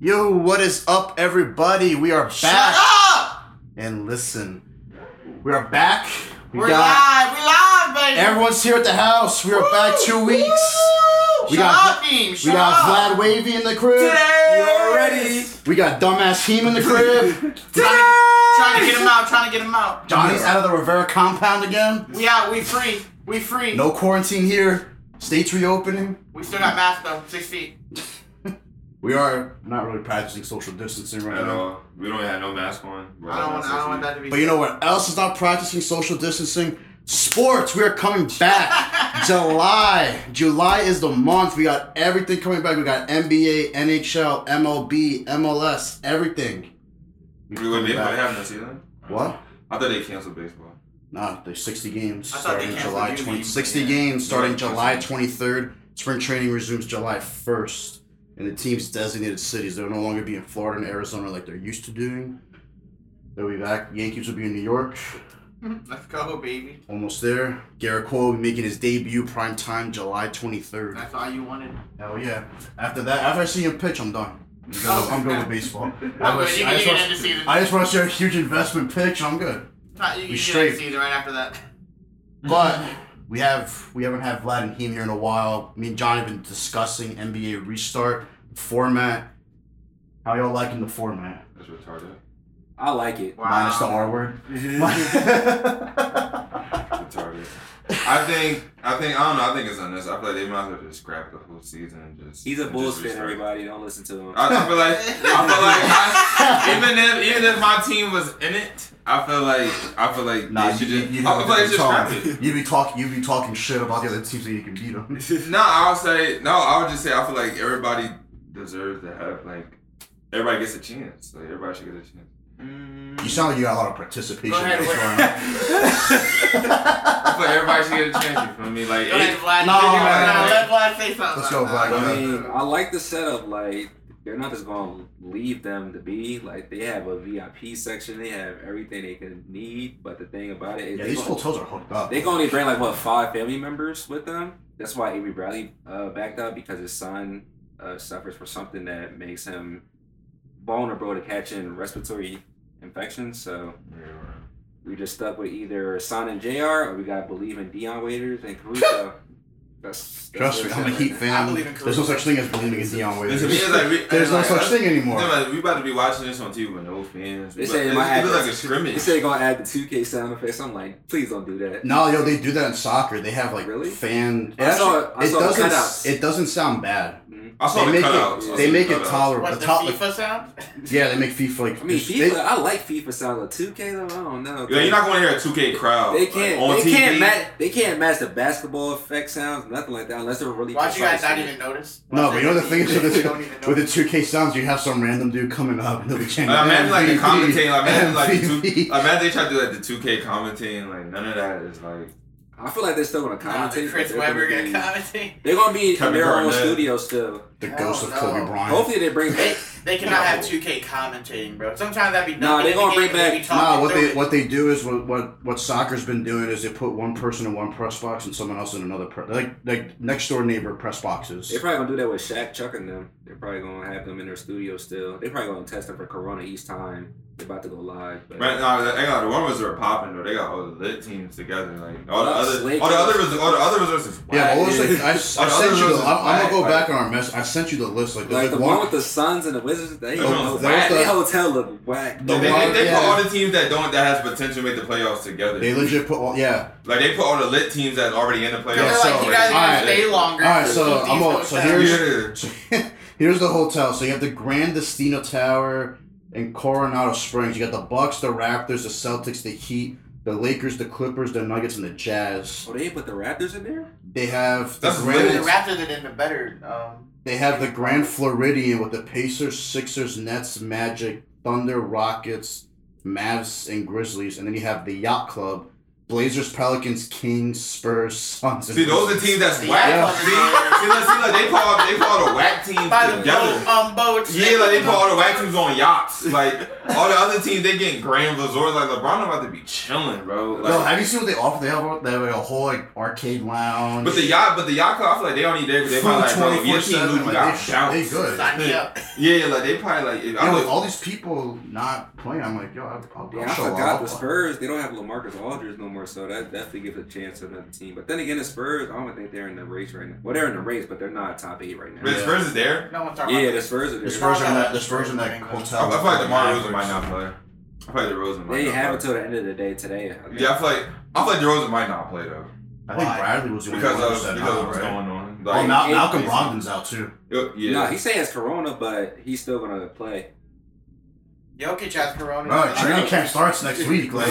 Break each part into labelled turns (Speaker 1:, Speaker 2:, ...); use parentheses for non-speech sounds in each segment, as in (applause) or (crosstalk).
Speaker 1: Yo, what is up, everybody? We are
Speaker 2: Shut
Speaker 1: back
Speaker 2: up!
Speaker 1: and listen. We are back. We
Speaker 2: We're
Speaker 1: got
Speaker 2: live. We're live, baby.
Speaker 1: everyone's here at the house. We are back two weeks.
Speaker 2: Woo!
Speaker 1: We
Speaker 2: Shut
Speaker 1: got-
Speaker 2: up, team. Shut
Speaker 1: We got
Speaker 2: up.
Speaker 1: Vlad Wavy in the crib.
Speaker 2: Today.
Speaker 1: We got dumbass Heem in the
Speaker 2: (laughs)
Speaker 1: crib.
Speaker 2: Trying to get him out. Trying to get him out.
Speaker 1: Johnny's out of the Rivera compound again.
Speaker 2: We out. We free. We free.
Speaker 1: No quarantine here. States reopening.
Speaker 2: We still got masks though. Six feet.
Speaker 1: We are not really practicing social distancing right
Speaker 3: at
Speaker 1: now.
Speaker 3: all. We don't have no mask on. We're
Speaker 2: I don't want. I don't want that to be.
Speaker 1: But you know what else is not practicing social distancing? Sports. We are coming
Speaker 2: (laughs)
Speaker 1: back. July. July is the month. We got everything coming back. We got NBA, NHL, MLB, MLS, everything.
Speaker 3: We would be able to
Speaker 1: Back.
Speaker 3: have that season.
Speaker 1: What?
Speaker 3: I thought they canceled baseball.
Speaker 1: Nah, there's 60 games
Speaker 2: I thought they
Speaker 1: starting
Speaker 2: canceled
Speaker 1: July
Speaker 2: uni,
Speaker 1: 20.
Speaker 2: but
Speaker 1: 60
Speaker 2: E yeah.
Speaker 1: games starting
Speaker 3: Yeah,
Speaker 1: July
Speaker 3: 60.
Speaker 1: 23rd. Spring training resumes July 1st. And the team's designated cities. They'll no longer be in Florida and Arizona like they're used to doing. They'll be back. Yankees will be in New York.
Speaker 2: (laughs) Let's go, baby.
Speaker 1: Almost there. Garrett Cole making his debut prime time July 23rd.
Speaker 2: That's all you wanted.
Speaker 1: Hell yeah. After that, after I see him pitch, I'm done. I'm good-
Speaker 2: Oh.
Speaker 1: I'm good with baseball. I,
Speaker 2: I'm
Speaker 1: was-
Speaker 2: good. You
Speaker 1: I
Speaker 2: can
Speaker 1: just
Speaker 2: you can end the
Speaker 1: want,
Speaker 2: season.
Speaker 1: I just want to see a huge investment pitch. I'm good.
Speaker 2: Nah, you can
Speaker 1: we
Speaker 2: end
Speaker 1: straight.
Speaker 2: the season right after that.
Speaker 1: But we have we haven't had Vlad and Heem here in a while. Me and John have been discussing NBA restart format. How y'all liking the format?
Speaker 3: That's retarded.
Speaker 4: I like it.
Speaker 2: Wow.
Speaker 1: Minus the
Speaker 2: (laughs)
Speaker 1: R word.
Speaker 3: Retarded. I think. I think. I don't know. I think it's unnecessary. I feel like they might as well just scrap the whole season and just.
Speaker 4: (laughs) He's a
Speaker 3: and
Speaker 4: Bulls
Speaker 3: just
Speaker 4: fan,
Speaker 3: restart.
Speaker 4: everybody. Don't listen to (laughs) him.
Speaker 3: I, I feel like. I feel
Speaker 1: (laughs)
Speaker 3: like. I, even if even if my team was in it, I feel like I feel like
Speaker 1: nah,
Speaker 3: they
Speaker 1: you,
Speaker 3: should
Speaker 1: you,
Speaker 3: just.
Speaker 1: you
Speaker 3: I feel like
Speaker 1: know,
Speaker 3: just scrap it.
Speaker 1: you be talking you be talking shit about the other teams that you can beat them.
Speaker 3: No, I'll say no. I would just say I feel like everybody deserves to have like everybody gets a chance. Like everybody should get a chance.
Speaker 1: You sound like you got a lot of participation.
Speaker 2: Go ahead,
Speaker 1: rates
Speaker 2: wait.
Speaker 1: going
Speaker 4: (laughs)
Speaker 1: on.
Speaker 3: I feel like everybody should get a chance. You feel me? Like
Speaker 2: Go ahead,
Speaker 3: it,
Speaker 2: Vlad.
Speaker 1: No,
Speaker 2: Go
Speaker 1: man.
Speaker 2: ahead, Let Vlad say something.
Speaker 1: Let's go, Vlad.
Speaker 4: I mean, I like the setup. Like, they're not just gonna leave them to be. Like, they have a VIP section. They have everything they can need. But the thing about it
Speaker 1: (laughs)
Speaker 4: is,
Speaker 1: Yeah,
Speaker 4: they
Speaker 1: these
Speaker 4: gon-
Speaker 1: hotels are hooked up.
Speaker 4: they can only bring like what five family members with them. That's why Avery Bradley uh, backed out because his son uh, suffers from something that makes him vulnerable to catching respiratory infections. So we just stuck with either Son and Jr. or we got to believe in Dion Waiters and
Speaker 1: (laughs)
Speaker 4: Caruso. That's, that's
Speaker 1: Trust me,
Speaker 4: what it
Speaker 1: I'm a
Speaker 4: says
Speaker 1: Heat
Speaker 4: right
Speaker 1: fan.
Speaker 2: I believe in
Speaker 1: There's no such thing as believing in Dion Waiters.
Speaker 3: It's- it's like we-
Speaker 1: (laughs) There's no
Speaker 3: like,
Speaker 1: such
Speaker 3: us-
Speaker 1: thing
Speaker 3: you
Speaker 1: anymore.
Speaker 3: know, like, we about to be watching this on TV with no fans.
Speaker 4: They
Speaker 3: We
Speaker 4: say it
Speaker 3: about-
Speaker 4: might
Speaker 3: it's- it look like a
Speaker 4: happen. now. They
Speaker 3: scrimmage.
Speaker 4: said they're gonna add the 2K sound effects. I'm like, please don't do that.
Speaker 1: No, yo, they do that in soccer. They have like
Speaker 4: Really?
Speaker 1: fan. It,
Speaker 4: I saw-
Speaker 1: actually-
Speaker 4: I
Speaker 1: it
Speaker 4: saw cutouts.
Speaker 1: doesn't. It doesn't sound bad.
Speaker 4: Mm-hmm.
Speaker 3: I saw
Speaker 1: They
Speaker 3: the
Speaker 1: make
Speaker 3: cutouts. I
Speaker 1: it.
Speaker 3: saw
Speaker 1: They
Speaker 3: the
Speaker 1: make it
Speaker 3: cutouts.
Speaker 1: tolerable.
Speaker 2: What
Speaker 1: The
Speaker 2: the
Speaker 1: top, like,
Speaker 2: FIFA sound?
Speaker 1: yeah, they make FIFA like.
Speaker 4: I mean,
Speaker 1: they-
Speaker 4: FIFA. I like FIFA sound. Like 2K though, I don't know.
Speaker 3: Yeah, you're not going to hear a 2K crowd. Oh,
Speaker 4: They
Speaker 3: like,
Speaker 4: can't.
Speaker 3: on
Speaker 4: they
Speaker 3: TV.
Speaker 4: can't match. They can't match the basketball effect sounds, nothing like that, unless they're really.
Speaker 2: Why'd you guys
Speaker 4: precise.
Speaker 2: not even notice?
Speaker 1: no,
Speaker 2: Why'd
Speaker 1: but
Speaker 2: they
Speaker 1: you know the
Speaker 2: not
Speaker 1: thing is
Speaker 2: even-
Speaker 1: with the
Speaker 2: they
Speaker 1: two,
Speaker 2: don't even
Speaker 1: with the
Speaker 2: notice?
Speaker 1: two K sounds, you have some random dude coming up and he'll be chanting.
Speaker 3: Like, imagine like the
Speaker 1: MVP,
Speaker 3: commentating. Like, imagine like the two.
Speaker 1: MVP.
Speaker 3: Like, imagine they try to do like the 2K commentating. Like none of that is like.
Speaker 4: I feel like they're still gonna
Speaker 2: Nah,
Speaker 4: commentate.
Speaker 2: the
Speaker 4: but
Speaker 2: Chris
Speaker 4: they're gonna
Speaker 2: Webber
Speaker 4: be-
Speaker 2: gonna commentate.
Speaker 4: They're gonna be in
Speaker 3: Kevin
Speaker 4: their own
Speaker 3: Garnett.
Speaker 4: studio still.
Speaker 1: The ghost of
Speaker 2: Hell
Speaker 1: Kobe
Speaker 4: Oh,
Speaker 2: no.
Speaker 1: Bryant.
Speaker 4: Hopefully they bring
Speaker 2: They, (laughs)
Speaker 4: back.
Speaker 2: they cannot have
Speaker 3: No.
Speaker 2: 2K commentating, bro. Sometimes that'd be
Speaker 4: Nah,
Speaker 2: nothing
Speaker 4: they
Speaker 2: in the
Speaker 4: gonna
Speaker 2: game,
Speaker 4: bring
Speaker 2: but they
Speaker 4: back-
Speaker 2: be talking
Speaker 1: No, what
Speaker 2: through
Speaker 1: they
Speaker 2: it.
Speaker 1: what they do is what, what what soccer's been doing is they put one person in one press box and someone else in another pre- like like next door neighbor press boxes.
Speaker 4: They're probably gonna do that with Shaq chucking them. They're probably gonna have them in their studio still. They're probably gonna test them for Corona each time. They're about to go live. But
Speaker 3: Right now, I got the one reserve popping though. They got all the lit teams together. Like all the
Speaker 4: Well,
Speaker 3: other,
Speaker 4: Slick-
Speaker 3: all the other, res- all the other reserves is
Speaker 1: Yeah,
Speaker 3: whack.
Speaker 1: what was
Speaker 4: Yeah.
Speaker 1: like? I, I
Speaker 3: Like, other
Speaker 1: sent you. The,
Speaker 3: reasons
Speaker 1: I'm, I'm
Speaker 3: why,
Speaker 1: gonna go
Speaker 3: like-
Speaker 1: back on our mess. I sent you the list. Like, there's
Speaker 4: like the
Speaker 1: like
Speaker 4: one,
Speaker 1: one.
Speaker 4: with the Suns and the Wizards,
Speaker 3: They
Speaker 4: they, look
Speaker 3: don't-
Speaker 4: whack.
Speaker 1: there's
Speaker 4: They
Speaker 1: the-
Speaker 4: hotel look whack.
Speaker 1: The
Speaker 3: They, they,
Speaker 1: one-
Speaker 3: they
Speaker 1: yeah.
Speaker 3: put all the teams that don't that has potential to make the playoffs together.
Speaker 1: They legit put. All, yeah. (laughs)
Speaker 3: like they put all the lit teams that already in the playoffs.
Speaker 1: Yeah,
Speaker 2: They're
Speaker 1: so-
Speaker 2: like, you guys are
Speaker 1: alright.
Speaker 2: gonna stay longer.
Speaker 1: Alright, so
Speaker 2: These
Speaker 1: I'm all-
Speaker 2: go
Speaker 1: so
Speaker 2: down.
Speaker 1: here's-
Speaker 3: Yeah.
Speaker 1: So, here's the hotel. So you have the Grand Destino Tower in Coronado Springs. You got the Bucks, the Raptors, the Celtics, the Heat, the Lakers, the Clippers, the Nuggets, and the Jazz.
Speaker 4: Oh, they ain't put the Raptors in there.
Speaker 1: They have the
Speaker 3: That's
Speaker 2: But
Speaker 1: Grand.
Speaker 2: the Raptors are in the better. Um,
Speaker 1: They have the Grand Floridian with the Pacers, Sixers, Nets, Magic, Thunder, Rockets, Mavs, and Grizzlies, and then you have the Yacht Club Blazers, Pelicans, Kings, Spurs, Suns.
Speaker 3: See, those are teams that's
Speaker 2: Yeah.
Speaker 3: whack.
Speaker 1: Yeah.
Speaker 3: See, see, look, see, look, they call they call the whack teams
Speaker 2: By the
Speaker 3: together.
Speaker 2: boat, um, boats.
Speaker 3: Yeah, like they put all the whack teams on yachts. Like all the other teams, they getting grand resorts. Like LeBron about to be chilling, bro. Like,
Speaker 1: Yo, have you seen what they offer? They have, they have a whole like arcade lounge.
Speaker 3: but the yacht, but the yacht club, I feel like they don't need their. They probably like, bro, your team
Speaker 1: 24/7,
Speaker 3: lose, you
Speaker 1: like,
Speaker 3: got
Speaker 1: they-
Speaker 3: bounced.
Speaker 1: they good.
Speaker 2: Sign me up.
Speaker 3: Yeah, like they probably like. If,
Speaker 1: You know,
Speaker 3: I'm
Speaker 1: with
Speaker 3: like,
Speaker 1: all these people not playing, I'm like, yo, I'll, I'll,
Speaker 4: Yeah,
Speaker 1: I'll
Speaker 4: I
Speaker 1: show
Speaker 4: forgot
Speaker 1: up.
Speaker 4: the Spurs. They don't have Lamarcus Aldridge no more, so that definitely gives a chance to another team. But then again, the Spurs, I don't think they're in the race right now. Well, they're in the race, but they're not top eight right now.
Speaker 3: but
Speaker 1: Yeah.
Speaker 3: Spurs is there.
Speaker 2: No one's talking
Speaker 4: Yeah,
Speaker 2: about
Speaker 4: the Spurs are.
Speaker 1: The
Speaker 4: there.
Speaker 1: Spurs are in that. The Spurs are in that
Speaker 3: I,
Speaker 1: hotel.
Speaker 3: I feel like DeMar Rosen might not play. I feel like DeRozan might.
Speaker 4: They
Speaker 3: not
Speaker 4: have
Speaker 3: play.
Speaker 4: until the end of the day today. I think.
Speaker 3: Yeah, I feel like I feel like DeRozan might not play though
Speaker 1: I think Bradley was the only one who
Speaker 3: because of
Speaker 1: said
Speaker 3: because
Speaker 1: no,
Speaker 3: of what's
Speaker 1: right?
Speaker 3: going on.
Speaker 1: Well,
Speaker 3: Like,
Speaker 1: Mal-
Speaker 4: it-
Speaker 1: Malcolm Brogdon's out too.
Speaker 3: it- yeah.
Speaker 4: No, he's saying it's Corona, but he's still gonna play.
Speaker 2: Jokic has corona.
Speaker 1: No, training
Speaker 4: know.
Speaker 1: camp starts next week. Like,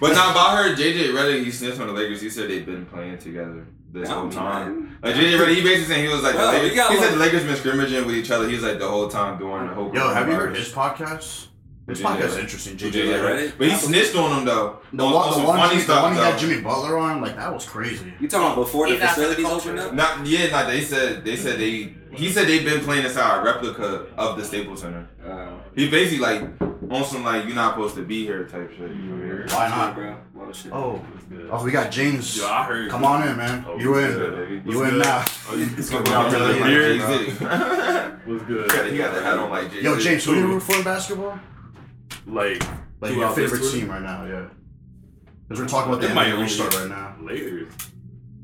Speaker 3: But now, but I heard JJ Redick, he snitched on the Lakers. He said they've been playing together this whole time. Like JJ Redick, he basically saying he was like, the
Speaker 4: Well,
Speaker 3: Lakers,
Speaker 4: you gotta
Speaker 3: he said the
Speaker 4: look-
Speaker 3: Lakers been scrimmaging with each other. He was like the whole time during the whole.
Speaker 1: yo, have you heard
Speaker 3: coronavirus.
Speaker 1: his podcast? His
Speaker 3: Yeah.
Speaker 1: podcast is interesting.
Speaker 3: JJ
Speaker 1: JJ,
Speaker 4: Redick?
Speaker 3: Redick? But he snitched on him though.
Speaker 1: the
Speaker 3: on,
Speaker 1: one,
Speaker 3: on
Speaker 1: the
Speaker 3: some
Speaker 1: one,
Speaker 3: funny
Speaker 1: he- the
Speaker 3: stuff
Speaker 1: one he
Speaker 3: though.
Speaker 1: had Jimmy Butler on, like that was crazy.
Speaker 4: You talking about before the
Speaker 2: He's not for the
Speaker 4: facilities
Speaker 2: culture.
Speaker 4: open up?
Speaker 3: Not yeah, not they said they said they he said they've been playing inside a replica of the Staples Center.
Speaker 4: Uh,
Speaker 3: He basically like on some like you're not supposed to be here type shit. You know what
Speaker 1: Why not?
Speaker 4: bro? Well, shit.
Speaker 1: Oh, oh, we got James.
Speaker 5: Yo, I heard.
Speaker 1: Come on in, man.
Speaker 5: Oh,
Speaker 1: You
Speaker 5: what's
Speaker 1: in?
Speaker 5: good, baby? What's
Speaker 1: You in
Speaker 5: good?
Speaker 1: now?
Speaker 5: Oh, you- it's
Speaker 3: I'm
Speaker 5: good.
Speaker 1: Y'all
Speaker 3: saying?
Speaker 1: really
Speaker 3: Like, beer
Speaker 1: like
Speaker 3: (laughs) exist. He got
Speaker 5: What's good?
Speaker 3: the- he got the hat on like JJ.
Speaker 1: Yo, James, who do you root for in basketball?
Speaker 5: Like
Speaker 1: Like your
Speaker 5: Throughout this
Speaker 1: favorite
Speaker 5: tour?
Speaker 1: team right now? Yeah. Because we're talking about the
Speaker 5: It might
Speaker 1: NBA
Speaker 5: be-
Speaker 1: restart right now.
Speaker 5: Lakers.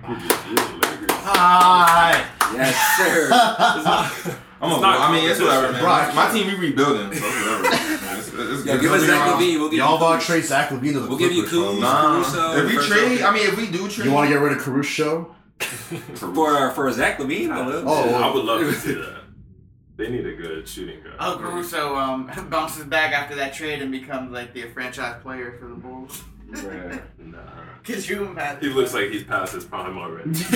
Speaker 5: You're just- you're the
Speaker 2: (laughs)
Speaker 5: Lakers.
Speaker 1: Hi.
Speaker 4: Yes,
Speaker 1: (laughs)
Speaker 4: sir.
Speaker 1: Yo,
Speaker 5: (laughs)
Speaker 3: I'm a,
Speaker 5: It's not
Speaker 3: I mean, it's whatever, man.
Speaker 1: Bro,
Speaker 3: my team, we rebuilding. So it's (laughs) whatever. It's- it's
Speaker 4: Yo,
Speaker 3: good.
Speaker 4: give us
Speaker 3: Good.
Speaker 4: Zach Levine. We'll give
Speaker 1: Y'all
Speaker 4: you
Speaker 1: about to
Speaker 4: Kuz.
Speaker 1: trade Zach Levine to the
Speaker 4: We'll give you
Speaker 1: Clippers, bro.
Speaker 4: Kuz.
Speaker 3: Nah.
Speaker 4: Caruso,
Speaker 3: If we
Speaker 4: first
Speaker 3: trade,
Speaker 4: round.
Speaker 3: I mean, if we do trade,
Speaker 1: You want to get rid of Caruso?
Speaker 4: for for Zach Levine. I will.
Speaker 1: Oh,
Speaker 5: I would love to see that. They need a good shooting guard.
Speaker 2: Oh, Caruso um, (laughs) bounces back after that trade and becomes like the franchise player for the Bulls.
Speaker 4: Bruh.
Speaker 5: Nah.
Speaker 2: Could you imagine?
Speaker 5: He looks like he's past his prime
Speaker 1: (laughs)
Speaker 5: already. (laughs)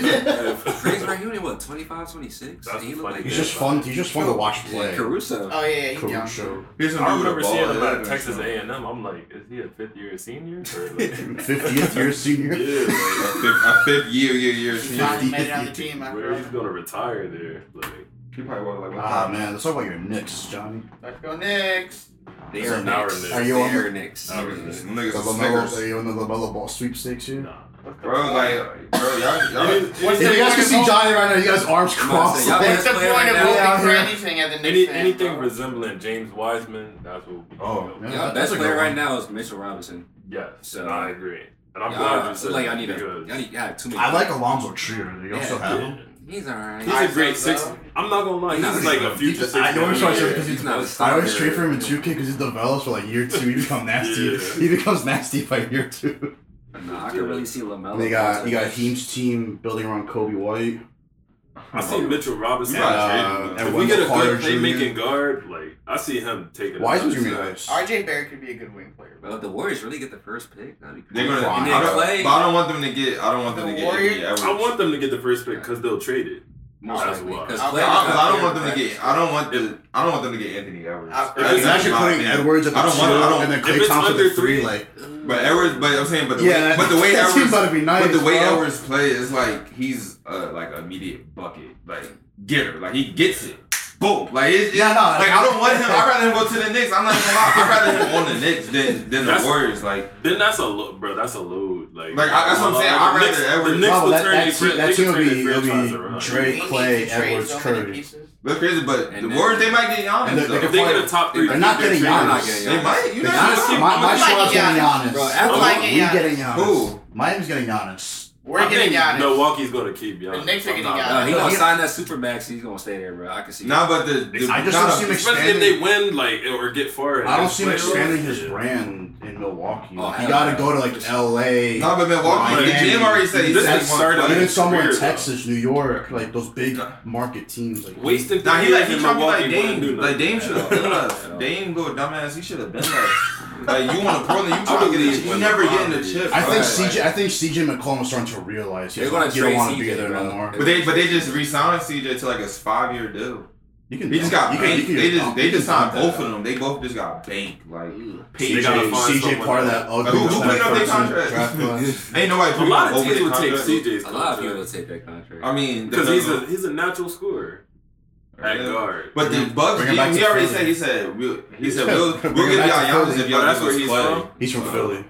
Speaker 4: Crazy, right? He only what 25, 26?
Speaker 5: That's
Speaker 4: And he
Speaker 5: the
Speaker 4: looked
Speaker 5: funny
Speaker 4: like
Speaker 5: thing.
Speaker 1: he's just fun. He's just fun to watch play.
Speaker 4: Caruso.
Speaker 2: Oh yeah, yeah, he young.
Speaker 1: Caruso.
Speaker 3: Here's some
Speaker 5: I
Speaker 3: dude with a
Speaker 5: remember
Speaker 3: ball.
Speaker 5: seeing him
Speaker 3: Yeah,
Speaker 5: at
Speaker 3: that's
Speaker 5: Texas
Speaker 3: true.
Speaker 5: A&M. I'm like, is he a fifth year senior?
Speaker 1: (laughs)
Speaker 5: Or like,
Speaker 1: 50th year senior.
Speaker 5: yeah,
Speaker 3: A
Speaker 5: like,
Speaker 3: fifth, a fifth year, year, year.
Speaker 2: He
Speaker 3: senior.
Speaker 2: finally made it on the team after
Speaker 5: (laughs) where
Speaker 2: all.
Speaker 5: he's gonna retire there? Like,
Speaker 3: He probably was like, what
Speaker 1: Ah
Speaker 3: the-
Speaker 1: man, let's talk about your Knicks, Johnny.
Speaker 2: Let's go Knicks.
Speaker 4: They
Speaker 5: He's
Speaker 4: are
Speaker 5: an hour
Speaker 4: next.
Speaker 5: in
Speaker 1: Are
Speaker 5: there.
Speaker 1: you
Speaker 4: They
Speaker 1: on the-
Speaker 4: are next.
Speaker 5: Hour in
Speaker 3: Them
Speaker 5: there.
Speaker 1: The
Speaker 3: niggas are
Speaker 1: LaMelo, are
Speaker 3: Snickers.
Speaker 1: you on the LaMelo ball sweepstakes here?
Speaker 5: Nah.
Speaker 3: Bro, like, bro, y'all, y'all.
Speaker 5: Any-
Speaker 2: What's
Speaker 1: If
Speaker 2: the
Speaker 1: you guys can
Speaker 2: point
Speaker 1: see
Speaker 2: of-
Speaker 1: Johnny right now, you guys arms
Speaker 4: I'm
Speaker 1: crossed.
Speaker 4: saying, y'all
Speaker 1: like-
Speaker 2: What's the
Speaker 4: Best
Speaker 2: point
Speaker 4: player right
Speaker 2: of
Speaker 4: now.
Speaker 1: Yeah,
Speaker 2: voting for
Speaker 1: yeah.
Speaker 2: anything as a Knicks
Speaker 5: Any,
Speaker 2: fan?
Speaker 5: anything
Speaker 2: bro?
Speaker 5: resembling James Wiseman, that's what we
Speaker 3: Oh.
Speaker 5: go.
Speaker 1: Yeah,
Speaker 4: Y'all
Speaker 1: that's
Speaker 4: best
Speaker 1: a good
Speaker 4: player
Speaker 1: one.
Speaker 4: right now is Mitchell Robinson.
Speaker 5: Yes,
Speaker 4: So-
Speaker 5: and I agree. And I'm glad
Speaker 4: Y'all,
Speaker 5: you said
Speaker 4: like,
Speaker 5: that
Speaker 4: I need a,
Speaker 5: because-
Speaker 4: y'all need, y'all have too many.
Speaker 1: I like Alonzo Trier. Do you all
Speaker 4: Yeah.
Speaker 1: still have him?
Speaker 4: He's alright.
Speaker 5: He's a great six. I'm not gonna lie, he's
Speaker 4: Nah, (laughs)
Speaker 5: just like a
Speaker 1: he's-
Speaker 5: future
Speaker 1: he's-
Speaker 5: six.
Speaker 1: I know he's
Speaker 5: man.
Speaker 1: trying to- 'cause
Speaker 4: he's not a
Speaker 1: I always
Speaker 4: starter.
Speaker 1: trade for him in 2K because he develops for like year two. He
Speaker 5: (laughs)
Speaker 1: becomes nasty.
Speaker 5: Yeah.
Speaker 1: He becomes nasty by year two.
Speaker 4: Nah, I can really see Lamelo.
Speaker 1: And they got you got Heem's team building around Kobe White.
Speaker 4: Oh.
Speaker 5: I see Mitchell Robinson.
Speaker 3: Yeah,
Speaker 5: like,
Speaker 1: Uh,
Speaker 3: trade him.
Speaker 5: if
Speaker 1: and
Speaker 5: we get a
Speaker 1: Wendell Carter
Speaker 5: good
Speaker 1: Jr.
Speaker 5: playmaking guard, like I see him taking.
Speaker 1: Why is
Speaker 5: another
Speaker 1: he gonna be
Speaker 5: step.
Speaker 1: nice?
Speaker 2: RJ Barrett could be a good wing player. bro.
Speaker 4: Well, if the Warriors really get the first pick, that'd be
Speaker 3: They're
Speaker 4: crazy.
Speaker 3: gonna.
Speaker 1: Fine.
Speaker 3: I don't,
Speaker 4: Play.
Speaker 3: but I don't want them to get. I don't want them
Speaker 2: The
Speaker 3: to get.
Speaker 2: Warriors-
Speaker 3: Anthony Edwards.
Speaker 5: I want them to get the first pick because they'll trade it.
Speaker 4: Most
Speaker 5: That's
Speaker 4: likely,
Speaker 5: why.
Speaker 4: 'cause
Speaker 2: I'll-
Speaker 4: Clay
Speaker 3: I, 'cause
Speaker 4: is
Speaker 3: I
Speaker 4: out
Speaker 3: don't want them
Speaker 4: there,
Speaker 3: to
Speaker 4: right?
Speaker 3: get. I don't want the. I don't want them to get Anthony Edwards.
Speaker 2: I-
Speaker 3: That's
Speaker 5: If it's
Speaker 1: He's actually
Speaker 3: my
Speaker 1: putting
Speaker 3: opinion.
Speaker 1: Edwards at the
Speaker 3: I don't
Speaker 1: two,
Speaker 3: want. I don't.
Speaker 1: and then
Speaker 5: if
Speaker 1: Clay
Speaker 5: it's
Speaker 1: Thompson at
Speaker 5: under
Speaker 1: the three.
Speaker 5: three,
Speaker 1: Like,
Speaker 3: But Edwards, but I'm saying, but the
Speaker 1: yeah,
Speaker 3: way, but the
Speaker 1: (laughs)
Speaker 3: way
Speaker 1: that team's
Speaker 3: Edwards,
Speaker 1: about to be nice.
Speaker 3: but the way
Speaker 1: bro.
Speaker 3: Edwards play is like he's uh, like immediate bucket, like getter, like he gets it, boom, like it's, it's
Speaker 1: Yeah, no,
Speaker 3: like I don't
Speaker 1: (laughs)
Speaker 3: want him. I'd rather him go to the Knicks. I'm not even gonna lie. I'd rather him on the Knicks than than the
Speaker 5: That's-
Speaker 3: Warriors. Like
Speaker 5: Then that's a load, bro. That's a load. Like,
Speaker 3: Like, I- that's what I'm saying. I'd rather
Speaker 5: the Knicks,
Speaker 3: Edwards-
Speaker 5: the Knicks
Speaker 1: No,
Speaker 5: will
Speaker 1: that,
Speaker 5: turn
Speaker 1: that,
Speaker 5: their
Speaker 1: team,
Speaker 5: fran-
Speaker 1: that
Speaker 5: they
Speaker 1: team
Speaker 5: can
Speaker 1: will
Speaker 5: turn
Speaker 1: be,
Speaker 5: their
Speaker 1: it'll
Speaker 5: franchise
Speaker 1: be
Speaker 5: around.
Speaker 2: They
Speaker 1: Dre,
Speaker 2: need to
Speaker 1: Clay,
Speaker 2: trade
Speaker 1: Edwards,
Speaker 2: so many
Speaker 1: Curry.
Speaker 2: pieces.
Speaker 3: that's crazy, but
Speaker 4: And
Speaker 3: the
Speaker 4: then-
Speaker 3: Warriors they might get Giannis.
Speaker 1: And they- they
Speaker 3: though.
Speaker 5: If they get
Speaker 1: probably-
Speaker 5: a top three,
Speaker 1: They're not
Speaker 5: pick,
Speaker 1: getting
Speaker 5: they're trading.
Speaker 4: not
Speaker 1: Giannis.
Speaker 4: getting
Speaker 3: They might. You
Speaker 1: Giannis,
Speaker 3: never know.
Speaker 5: Giannis-
Speaker 1: my my
Speaker 2: Who might
Speaker 1: squad's
Speaker 2: get
Speaker 1: getting
Speaker 2: Giannis?
Speaker 1: Giannis.
Speaker 4: Bro,
Speaker 1: I'm
Speaker 4: after-
Speaker 1: like,
Speaker 2: Who?
Speaker 1: we getting Giannis.
Speaker 3: Who?
Speaker 1: Miami's getting Giannis.
Speaker 2: We're
Speaker 5: I
Speaker 2: getting
Speaker 5: think
Speaker 2: Giannis.
Speaker 5: Milwaukee's gonna keep Giannis.
Speaker 2: The Knicks are
Speaker 5: I'm
Speaker 2: getting
Speaker 5: not-
Speaker 2: Giannis.
Speaker 4: No, he
Speaker 1: No,
Speaker 4: gonna
Speaker 1: he-
Speaker 4: sign that supermax. He's gonna stay there, bro. I can see.
Speaker 3: Nah, but the,
Speaker 1: I
Speaker 3: the
Speaker 1: just
Speaker 3: nah,
Speaker 1: don't
Speaker 3: nah,
Speaker 1: see him
Speaker 5: Especially if they
Speaker 1: expanding.
Speaker 5: win, like or get far. in
Speaker 1: I don't
Speaker 5: this
Speaker 1: see him
Speaker 5: playoff.
Speaker 1: expanding his
Speaker 5: Yeah.
Speaker 1: brand in Milwaukee.
Speaker 4: Oh,
Speaker 1: Like, you
Speaker 4: hell
Speaker 1: got to
Speaker 4: no.
Speaker 1: go to like L.A.
Speaker 3: No, but Milwaukee,
Speaker 1: Miami.
Speaker 3: the GM already said he
Speaker 5: This
Speaker 3: said
Speaker 5: is
Speaker 3: one
Speaker 5: started-
Speaker 3: player.
Speaker 1: Even somewhere
Speaker 5: career,
Speaker 1: in
Speaker 5: though.
Speaker 1: Texas, New York, like those big
Speaker 3: Nah.
Speaker 1: market teams. Like,
Speaker 5: Wasting
Speaker 3: Nah, he
Speaker 5: three
Speaker 3: like
Speaker 5: years
Speaker 3: he
Speaker 5: in
Speaker 3: trying to be like
Speaker 5: Milwaukee wouldn't
Speaker 3: Dame.
Speaker 5: do
Speaker 3: Like
Speaker 5: nothing.
Speaker 3: Dame should have
Speaker 4: Yeah.
Speaker 3: been (laughs) left.
Speaker 4: Yeah.
Speaker 3: Dame little dumbass, he should have been left. like you want to Portland, you
Speaker 5: I
Speaker 3: trying to get a
Speaker 5: believe
Speaker 3: chip. You
Speaker 5: when
Speaker 3: never
Speaker 5: LeBron
Speaker 3: getting a
Speaker 5: leaves.
Speaker 3: chip.
Speaker 1: I
Speaker 3: bro.
Speaker 1: think
Speaker 4: Right,
Speaker 1: CJ, I think CJ McCollum is starting to realize he
Speaker 4: They're gonna
Speaker 1: doesn't- he don't
Speaker 4: trade
Speaker 1: want to be
Speaker 4: CJ,
Speaker 1: there no
Speaker 4: bro.
Speaker 1: more.
Speaker 3: But they but they just re-signed CJ to like a five year deal.
Speaker 1: You can.
Speaker 3: They just got
Speaker 1: you can- you
Speaker 3: banked.
Speaker 1: can-
Speaker 3: They
Speaker 1: you
Speaker 3: just
Speaker 1: can
Speaker 3: they just
Speaker 1: dunk
Speaker 3: signed
Speaker 1: that
Speaker 3: both
Speaker 1: out.
Speaker 3: of them. They both just got banked. Like
Speaker 5: They
Speaker 1: CJ,
Speaker 5: gotta find
Speaker 1: CJ
Speaker 5: someone
Speaker 1: part of
Speaker 5: else.
Speaker 1: that
Speaker 3: Like,
Speaker 1: ugly
Speaker 3: who, who cleaned up their
Speaker 1: Jackson
Speaker 3: contract?
Speaker 1: draft class.
Speaker 3: (laughs) Ain't nobody
Speaker 5: (laughs) A
Speaker 3: cleaned
Speaker 5: lot
Speaker 3: up
Speaker 5: of
Speaker 3: over
Speaker 5: teams
Speaker 3: their
Speaker 5: will take
Speaker 3: contract.
Speaker 5: CJ's
Speaker 4: A lot of people
Speaker 5: contract
Speaker 4: will take that contract.
Speaker 3: I mean,
Speaker 5: because he's a
Speaker 3: depends
Speaker 5: he's a natural scorer
Speaker 3: on-
Speaker 5: at guard.
Speaker 3: But the Bucks,
Speaker 1: Bring him back
Speaker 3: he
Speaker 1: to
Speaker 3: already
Speaker 1: Philly.
Speaker 3: said he said we'll, he (laughs) said we'll
Speaker 1: Bring
Speaker 3: we'll
Speaker 1: him
Speaker 3: give
Speaker 1: back
Speaker 3: y'all
Speaker 1: to
Speaker 3: Giannis
Speaker 1: Philly.
Speaker 3: if
Speaker 5: Oh,
Speaker 3: y'all
Speaker 5: that's
Speaker 3: let
Speaker 5: where
Speaker 3: us
Speaker 5: he's
Speaker 3: play.
Speaker 5: from.
Speaker 1: He's from
Speaker 5: Uh,
Speaker 1: Philly.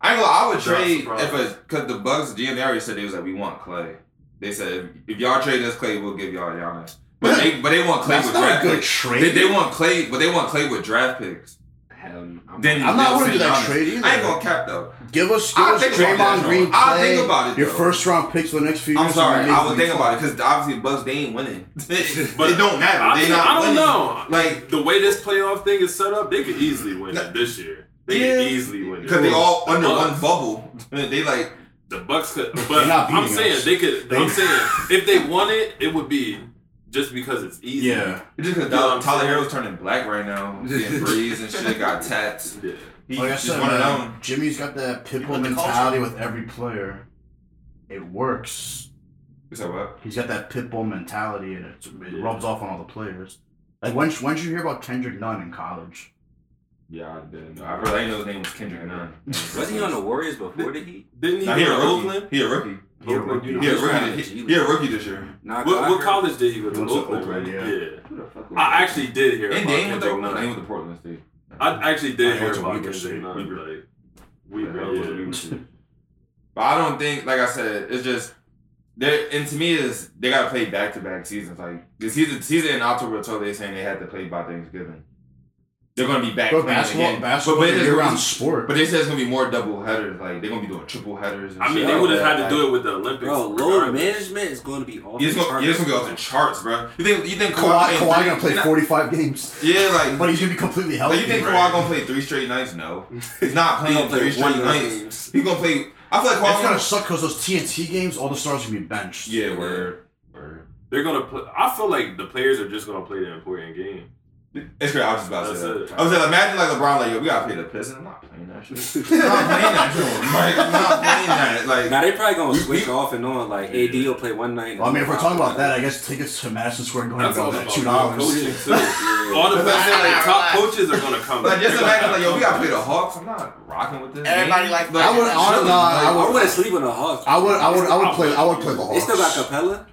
Speaker 3: I ain't gonna. I would
Speaker 5: Not
Speaker 3: trade if
Speaker 5: surprised.
Speaker 3: a because the Bucks GM they already said they was like we want Clay. They said if y'all trade us Clay, we'll give y'all Giannis. But they but they want Clay
Speaker 1: That's
Speaker 3: with
Speaker 1: not
Speaker 3: draft
Speaker 1: a good
Speaker 3: picks. They,
Speaker 1: trade.
Speaker 3: they want Clay, but they want Clay with draft picks.
Speaker 4: Hell, I'm
Speaker 3: Then
Speaker 1: I'm not
Speaker 3: they'll
Speaker 1: willing to do
Speaker 3: send
Speaker 1: that
Speaker 3: Giannis.
Speaker 1: trade either.
Speaker 3: I ain't gonna cap though.
Speaker 1: Give us, give
Speaker 3: I'll
Speaker 1: us
Speaker 3: think about
Speaker 1: Draymond
Speaker 3: that,
Speaker 1: Green.
Speaker 3: though. I'll
Speaker 1: Clay,
Speaker 3: think about it,
Speaker 1: Your
Speaker 3: though.
Speaker 1: first round picks for the next few years.
Speaker 3: I'm sorry.
Speaker 1: and
Speaker 3: I would
Speaker 1: maybe-
Speaker 3: think about it because obviously Bucks they ain't winning. (laughs) but
Speaker 5: But-
Speaker 3: it don't matter.
Speaker 5: I,
Speaker 3: They not.
Speaker 5: I don't
Speaker 3: winning.
Speaker 5: know.
Speaker 3: Like
Speaker 5: The way this playoff thing is set up, they could easily win
Speaker 3: No.
Speaker 5: it this year. They could
Speaker 3: Yeah.
Speaker 5: easily win it Uh,
Speaker 3: because they all
Speaker 5: The
Speaker 3: under one
Speaker 5: Bucks-
Speaker 3: bubble. (laughs) They like
Speaker 5: The Bucks could,
Speaker 1: They're
Speaker 5: but
Speaker 1: not
Speaker 5: I'm
Speaker 1: beating
Speaker 5: saying
Speaker 1: us.
Speaker 5: they could.
Speaker 1: They-
Speaker 5: I'm saying if they won it, it would be just because it's easy.
Speaker 1: Yeah.
Speaker 3: it's just because
Speaker 5: You know what I'm
Speaker 3: Tyler
Speaker 5: saying?
Speaker 3: Hero's turning black right now,
Speaker 1: (laughs)
Speaker 3: getting breeze and shit, got tats.
Speaker 5: Yeah.
Speaker 3: He's
Speaker 1: Like I
Speaker 3: just
Speaker 1: said,
Speaker 3: one of
Speaker 1: man,
Speaker 3: them.
Speaker 1: Jimmy's got that
Speaker 2: Even the
Speaker 1: pitbull
Speaker 2: culture.
Speaker 1: mentality with every player. It works.
Speaker 3: You said what?
Speaker 1: He's got that pitbull mentality, and it, it
Speaker 5: Yeah.
Speaker 1: rubs off on all the players. Like when when did you hear about Kendrick Nunn in college?
Speaker 3: Yeah, I didn't. know. I heard I didn't know his name was Kendrick
Speaker 5: (laughs)
Speaker 3: Nunn.
Speaker 4: Wasn't he on the Warriors before the Heat?
Speaker 5: Didn't he
Speaker 3: Nah,
Speaker 5: go
Speaker 3: he
Speaker 5: to
Speaker 3: a rookie.
Speaker 5: Oakland?
Speaker 3: He a rookie.
Speaker 1: He a rookie.
Speaker 3: He a
Speaker 5: University.
Speaker 3: rookie. this- He a rookie this year.
Speaker 4: Nah,
Speaker 5: What, what
Speaker 4: Gawker-
Speaker 5: college did he go to?
Speaker 1: He went to
Speaker 5: Oakland,
Speaker 1: Oakland,
Speaker 5: right?
Speaker 1: yeah.
Speaker 3: Who the fuck? was
Speaker 5: I
Speaker 3: that?
Speaker 5: actually did hear
Speaker 3: And
Speaker 5: about
Speaker 3: they ain't with the
Speaker 5: Kendrick
Speaker 3: Oakland. They ain't
Speaker 5: Nunn.
Speaker 3: with the Portland State.
Speaker 5: I actually
Speaker 1: I
Speaker 5: did hear
Speaker 1: went to
Speaker 5: about
Speaker 1: Weber
Speaker 5: Kendrick
Speaker 1: State.
Speaker 5: Nunn.
Speaker 3: Weber.
Speaker 5: Like, we,
Speaker 3: Yeah, that
Speaker 5: yeah.
Speaker 3: was- (laughs) But I don't think, like I said, it's just they and to me is they gotta play back to back seasons. Like the season season in October twelve, they're saying they had to play by Thanksgiving. They're gonna be back.
Speaker 1: Bro,
Speaker 3: playing
Speaker 1: basketball,
Speaker 3: again.
Speaker 1: basketball,
Speaker 3: but, but,
Speaker 1: year round
Speaker 3: around,
Speaker 1: sport.
Speaker 3: but they said it's gonna be more double headers. Like they're gonna be doing triple headers. And
Speaker 5: I mean,
Speaker 3: shit
Speaker 5: they
Speaker 3: like
Speaker 5: would have
Speaker 3: that.
Speaker 5: had to
Speaker 3: Like,
Speaker 5: do it with the Olympics.
Speaker 4: Bro, load
Speaker 5: regardless.
Speaker 4: management is going to be off.
Speaker 3: You're
Speaker 4: the
Speaker 3: just gonna, you're just gonna be off the charts,
Speaker 4: charts.
Speaker 3: bro. You think you think
Speaker 1: Kawhi,
Speaker 3: playing
Speaker 1: Kawhi
Speaker 3: three-
Speaker 1: gonna play
Speaker 3: nah,
Speaker 1: 45 games,
Speaker 3: Yeah, like
Speaker 1: but he's gonna be completely healthy.
Speaker 3: Like you think Kawhi gonna play three straight nights? No, he's not
Speaker 4: He
Speaker 3: playing
Speaker 4: gonna
Speaker 3: three
Speaker 4: play
Speaker 3: straight
Speaker 4: one
Speaker 3: nights.
Speaker 4: games.
Speaker 3: He's gonna play. I feel like
Speaker 1: It's
Speaker 3: Kawhi.
Speaker 1: gonna suck because those TNT games, all the stars gonna be benched.
Speaker 3: yeah, word, word.
Speaker 5: They're gonna play. I feel like the players are just gonna play the important game.
Speaker 3: It's great. I was just about to say
Speaker 5: That's
Speaker 3: that.
Speaker 5: it.
Speaker 3: I was like, imagine like LeBron, like yo, we gotta play the Pistons. I'm not playing that shit. I'm not playing that shit. Mike. I'm not playing that. Like,
Speaker 4: Now they probably gonna
Speaker 3: We-
Speaker 4: switch
Speaker 3: we-
Speaker 4: off and on. Like AD will play one night.
Speaker 1: Well, I mean, if we're talking about that, I guess tickets to Madison Square Garden
Speaker 5: That's
Speaker 1: are
Speaker 5: all
Speaker 1: about
Speaker 5: about
Speaker 1: two
Speaker 5: good
Speaker 1: dollars.
Speaker 5: coaching (laughs) too.
Speaker 4: (laughs)
Speaker 5: All the best like, top coaches are gonna come.
Speaker 3: like just
Speaker 5: They're
Speaker 3: imagine like
Speaker 5: gonna
Speaker 3: yo, we gotta
Speaker 5: come.
Speaker 3: play the Hawks. I'm not rocking with this.
Speaker 2: Everybody
Speaker 3: game.
Speaker 1: I
Speaker 2: like-
Speaker 1: would, I would,
Speaker 3: chilling.
Speaker 1: nah, I
Speaker 4: I
Speaker 1: would,
Speaker 4: wouldn't sleep on the Hawks.
Speaker 1: I would, I would, I would play, I would play the
Speaker 4: They
Speaker 1: Hawks.
Speaker 4: still got Capella.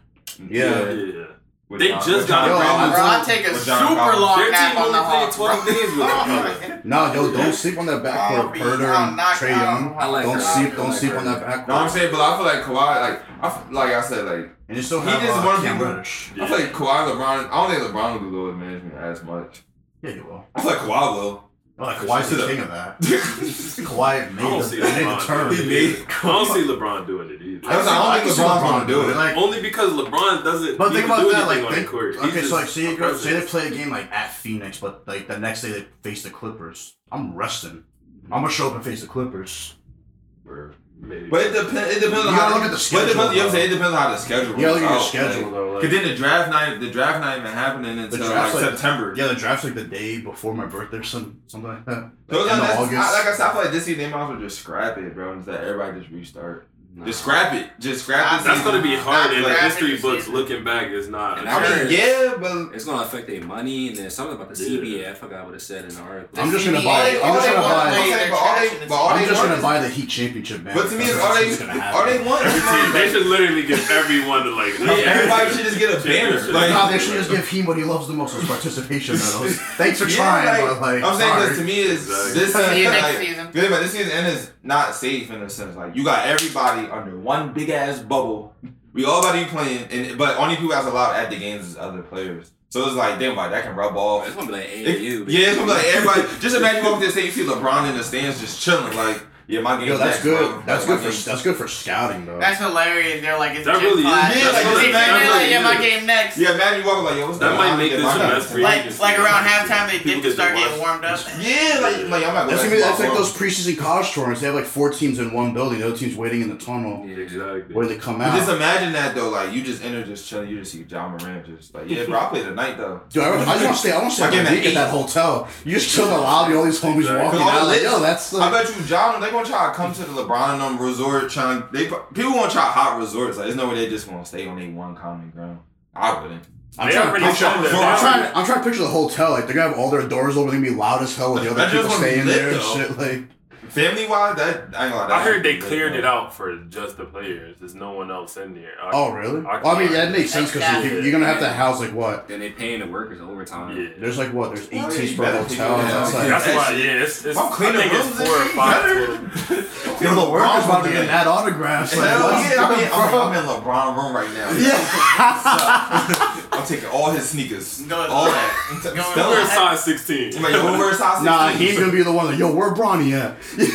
Speaker 1: Yeah.
Speaker 5: Yeah.
Speaker 3: With
Speaker 5: They
Speaker 3: John-
Speaker 5: just
Speaker 3: with
Speaker 5: got
Speaker 3: John
Speaker 1: a
Speaker 3: Collins.
Speaker 1: Brown-
Speaker 2: Bro, I take a
Speaker 3: With John
Speaker 2: super
Speaker 3: Collins.
Speaker 2: long
Speaker 5: Their
Speaker 2: nap
Speaker 5: team
Speaker 2: on the
Speaker 5: only played
Speaker 2: Hawks.
Speaker 5: 12
Speaker 2: bro.
Speaker 5: games with them.
Speaker 1: No, yo, don't sleep on that
Speaker 2: I'll
Speaker 1: backcourt.
Speaker 2: be-
Speaker 1: Herder
Speaker 2: I'll
Speaker 1: and
Speaker 2: knock
Speaker 1: Trey
Speaker 2: out
Speaker 1: Young.
Speaker 2: Hawks.
Speaker 4: I like
Speaker 1: Don't
Speaker 4: Herder.
Speaker 1: sleep,
Speaker 4: I
Speaker 1: don't
Speaker 4: like
Speaker 1: sleep on that
Speaker 4: Herder.
Speaker 1: backcourt.
Speaker 3: No, I'm saying, but I feel like Kawhi, like I, f- like I said, like
Speaker 1: and they still
Speaker 3: he
Speaker 1: have
Speaker 3: just
Speaker 1: uh,
Speaker 3: wanted
Speaker 1: Cam
Speaker 3: to-
Speaker 1: Reddish.
Speaker 3: I feel like Kawhi, LeBron. I don't think LeBron will do load management as much.
Speaker 1: Yeah, you will.
Speaker 3: I feel like Kawhi will.
Speaker 1: Like Kawhi's
Speaker 3: Sit
Speaker 1: the
Speaker 3: up.
Speaker 1: king of that. Kawhi
Speaker 5: I don't
Speaker 1: made
Speaker 5: see
Speaker 1: the, made the
Speaker 5: LeBron.
Speaker 1: turn.
Speaker 5: doing it.
Speaker 3: He
Speaker 5: I don't see LeBron doing it either.
Speaker 3: I was like, I don't
Speaker 1: can
Speaker 3: think
Speaker 1: see
Speaker 3: LeBron's gonna do it.
Speaker 1: Like,
Speaker 5: Only because LeBron doesn't.
Speaker 1: But
Speaker 5: need
Speaker 1: think
Speaker 5: to
Speaker 1: about
Speaker 5: do
Speaker 1: that,
Speaker 5: anything
Speaker 1: like
Speaker 5: on the
Speaker 1: think,
Speaker 5: court. He's
Speaker 1: okay,
Speaker 5: just
Speaker 1: so like say,
Speaker 5: a
Speaker 1: you go, say they
Speaker 5: presence.
Speaker 1: play a game like at Phoenix, but like the next day they face the Clippers. I'm resting. I'm gonna show up and face the Clippers.
Speaker 5: Or maybe.
Speaker 3: But it depends. It depends
Speaker 1: You gotta
Speaker 3: on how
Speaker 1: look at the schedule,
Speaker 3: But it depends, you know what
Speaker 1: though.
Speaker 3: I'm saying? It depends on how the schedule.
Speaker 1: Yeah, look at your
Speaker 3: rolls out,
Speaker 1: schedule
Speaker 3: Like,
Speaker 1: though.
Speaker 3: Cause
Speaker 1: Like,
Speaker 3: then the draft night, the draft not even happening until like,
Speaker 1: draft's like-
Speaker 3: September.
Speaker 1: yeah, the draft's like the day before my birthday or some, something like that.
Speaker 3: So it's
Speaker 1: End
Speaker 3: like,
Speaker 1: of
Speaker 3: that's,
Speaker 1: August.
Speaker 3: I, like I said, I feel like this season they might as well just scrap it, bro. And just let everybody just restart. Just scrap it. Just scrap
Speaker 2: Nah,
Speaker 3: it.
Speaker 5: That's gonna be hard in the
Speaker 2: Nah,
Speaker 5: history
Speaker 2: it's-
Speaker 5: books. Looking back, is not.
Speaker 4: And
Speaker 3: I mean, yeah, but
Speaker 4: It's gonna affect their money and then something about the
Speaker 5: Yeah.
Speaker 4: CBA. I forgot what it said in the article.
Speaker 1: I'm just gonna
Speaker 2: CBA,
Speaker 1: buy. I'm
Speaker 3: all
Speaker 1: just
Speaker 3: they
Speaker 1: gonna
Speaker 3: want
Speaker 1: buy.
Speaker 3: is
Speaker 2: They-
Speaker 3: Okay,
Speaker 2: they're
Speaker 3: but all they-
Speaker 2: trash in
Speaker 3: but all
Speaker 2: this
Speaker 3: they
Speaker 1: I'm
Speaker 2: league.
Speaker 1: just
Speaker 3: want
Speaker 1: gonna
Speaker 3: is-
Speaker 1: buy the Heat championship, man.
Speaker 3: but to me,
Speaker 1: That's
Speaker 3: it's all
Speaker 1: what's
Speaker 3: they
Speaker 1: gonna
Speaker 3: all
Speaker 1: happen.
Speaker 3: they want. is
Speaker 5: Every team- They
Speaker 3: like-
Speaker 5: should literally give everyone to like.
Speaker 3: Yeah, everybody should just get (laughs) a banner. Like,
Speaker 1: Nah, they should just give him what he loves the most: his participation
Speaker 3: (laughs)
Speaker 1: medals. Thanks for
Speaker 3: Yeah,
Speaker 1: trying,
Speaker 3: like,
Speaker 1: but like,
Speaker 3: I'm saying
Speaker 1: sorry.
Speaker 3: because to me is
Speaker 2: (laughs)
Speaker 5: Exactly.
Speaker 3: this
Speaker 2: See you
Speaker 3: season,
Speaker 2: next
Speaker 3: like,
Speaker 2: season.
Speaker 3: Yeah, but this season end is not safe in a sense. Like you got everybody under one big ass bubble. We all about to be playing, and but only people that's allowed at the games is other players. So it's like damn, like that can rub off.
Speaker 4: It's gonna be like
Speaker 3: It-
Speaker 4: AAU.
Speaker 3: yeah, it's gonna be like everybody. Just imagine walking to the state, you see LeBron in the stands just chilling. Like yeah, my game.
Speaker 1: Yo, that's
Speaker 3: next,
Speaker 1: good.
Speaker 3: bro.
Speaker 1: That's
Speaker 3: Like, my
Speaker 1: good
Speaker 3: game's-
Speaker 1: for that's good for scouting though.
Speaker 2: That's hilarious. They're like, it's
Speaker 5: That
Speaker 2: gym
Speaker 5: really is-
Speaker 2: class.
Speaker 3: Yeah, like,
Speaker 2: They're
Speaker 3: that
Speaker 2: they're
Speaker 5: really
Speaker 2: like, yeah, my
Speaker 5: is.
Speaker 2: game next.
Speaker 3: Yeah, imagine you walking like yo, what's
Speaker 5: That
Speaker 3: going
Speaker 5: might
Speaker 3: on?
Speaker 5: make
Speaker 3: Yeah,
Speaker 5: this
Speaker 3: my
Speaker 5: the
Speaker 3: game-
Speaker 5: best free
Speaker 2: Like,
Speaker 5: agency.
Speaker 2: like around halftime, they
Speaker 5: People
Speaker 2: did start
Speaker 5: get to
Speaker 2: getting
Speaker 5: watch.
Speaker 2: warmed up.
Speaker 3: Yeah, like, like I'm
Speaker 1: That's
Speaker 3: not going
Speaker 1: gonna be, that's like those preseason college tournaments. They have like four teams in one building. The other team's waiting in the tunnel
Speaker 5: (laughs) Exactly.
Speaker 1: where they come
Speaker 3: But just
Speaker 1: out.
Speaker 3: imagine that though, like you just enter just chilling, you just see John Moran just like,
Speaker 5: (laughs)
Speaker 3: yeah, bro, I played tonight though.
Speaker 1: Dude, I, I just want to stay. I want to stay
Speaker 3: Like in
Speaker 1: a
Speaker 3: the
Speaker 1: week at that
Speaker 3: eight.
Speaker 1: hotel. You just chill in the lobby. All these homies
Speaker 5: Exactly.
Speaker 1: walking
Speaker 3: Cause all
Speaker 1: out.
Speaker 3: the
Speaker 1: Like,
Speaker 3: lit-
Speaker 1: yo, that's
Speaker 3: I
Speaker 1: like,
Speaker 3: bet you John, they gonna try to come to the LeBron and them resort trying. They pro- people gonna try hot resorts. Like there's no way they just gonna stay on their one common ground. I wouldn't.
Speaker 1: I'm
Speaker 5: They
Speaker 1: trying,
Speaker 5: already
Speaker 1: I'm,
Speaker 5: said
Speaker 1: trying,
Speaker 5: that.
Speaker 1: I'm, trying, I'm trying to picture the hotel. Like, they're going to have all their doors open. They're going to be loud as hell with the other
Speaker 3: That just
Speaker 1: people
Speaker 3: wasn't
Speaker 1: staying
Speaker 3: lit,
Speaker 1: there and
Speaker 3: though.
Speaker 1: shit. Like,
Speaker 3: Family wise, that I ain't gonna lie. that
Speaker 5: I heard they
Speaker 3: shit was
Speaker 5: cleared
Speaker 3: lit,
Speaker 5: it
Speaker 3: though.
Speaker 5: out for just the players. There's no one else in there. I-
Speaker 1: oh, really?
Speaker 5: I-
Speaker 1: Well, I mean, yeah, that makes sense because
Speaker 2: Exactly.
Speaker 1: you're going to have to house, like, what?
Speaker 4: Then they paying the workers overtime.
Speaker 5: Yeah.
Speaker 1: There's, like, what? There's
Speaker 3: Well,
Speaker 1: 18
Speaker 3: you
Speaker 1: per
Speaker 3: better
Speaker 1: hotel.
Speaker 3: figure it
Speaker 1: and
Speaker 3: out.
Speaker 1: That's like,
Speaker 5: That's
Speaker 3: That
Speaker 5: why,
Speaker 3: shit-
Speaker 5: yeah, it's, it's
Speaker 3: I'm
Speaker 5: I
Speaker 3: cleaning
Speaker 5: think it's
Speaker 3: rooms and
Speaker 5: four or
Speaker 3: shit,
Speaker 5: five.
Speaker 3: better.
Speaker 5: total.
Speaker 1: Yo,
Speaker 3: Yo,
Speaker 1: the workers
Speaker 3: LeBron's
Speaker 1: about to
Speaker 3: doing
Speaker 1: get
Speaker 3: that.
Speaker 1: mad autographs. Like,
Speaker 3: (laughs) Hell
Speaker 1: what's
Speaker 3: yeah, I mean, I'm,
Speaker 1: going (laughs)
Speaker 3: I'm in LeBron room right now.
Speaker 1: on?
Speaker 3: I'm taking all his sneakers,
Speaker 2: No, it's
Speaker 3: all
Speaker 2: not. (laughs)
Speaker 3: that.
Speaker 2: No, it's
Speaker 5: Still
Speaker 3: Still,
Speaker 5: wear
Speaker 2: not.
Speaker 5: size 16.
Speaker 3: like, who wears size
Speaker 1: Nah,
Speaker 3: 16?
Speaker 1: he's going to be the one that, yo, where Bronny at? (laughs)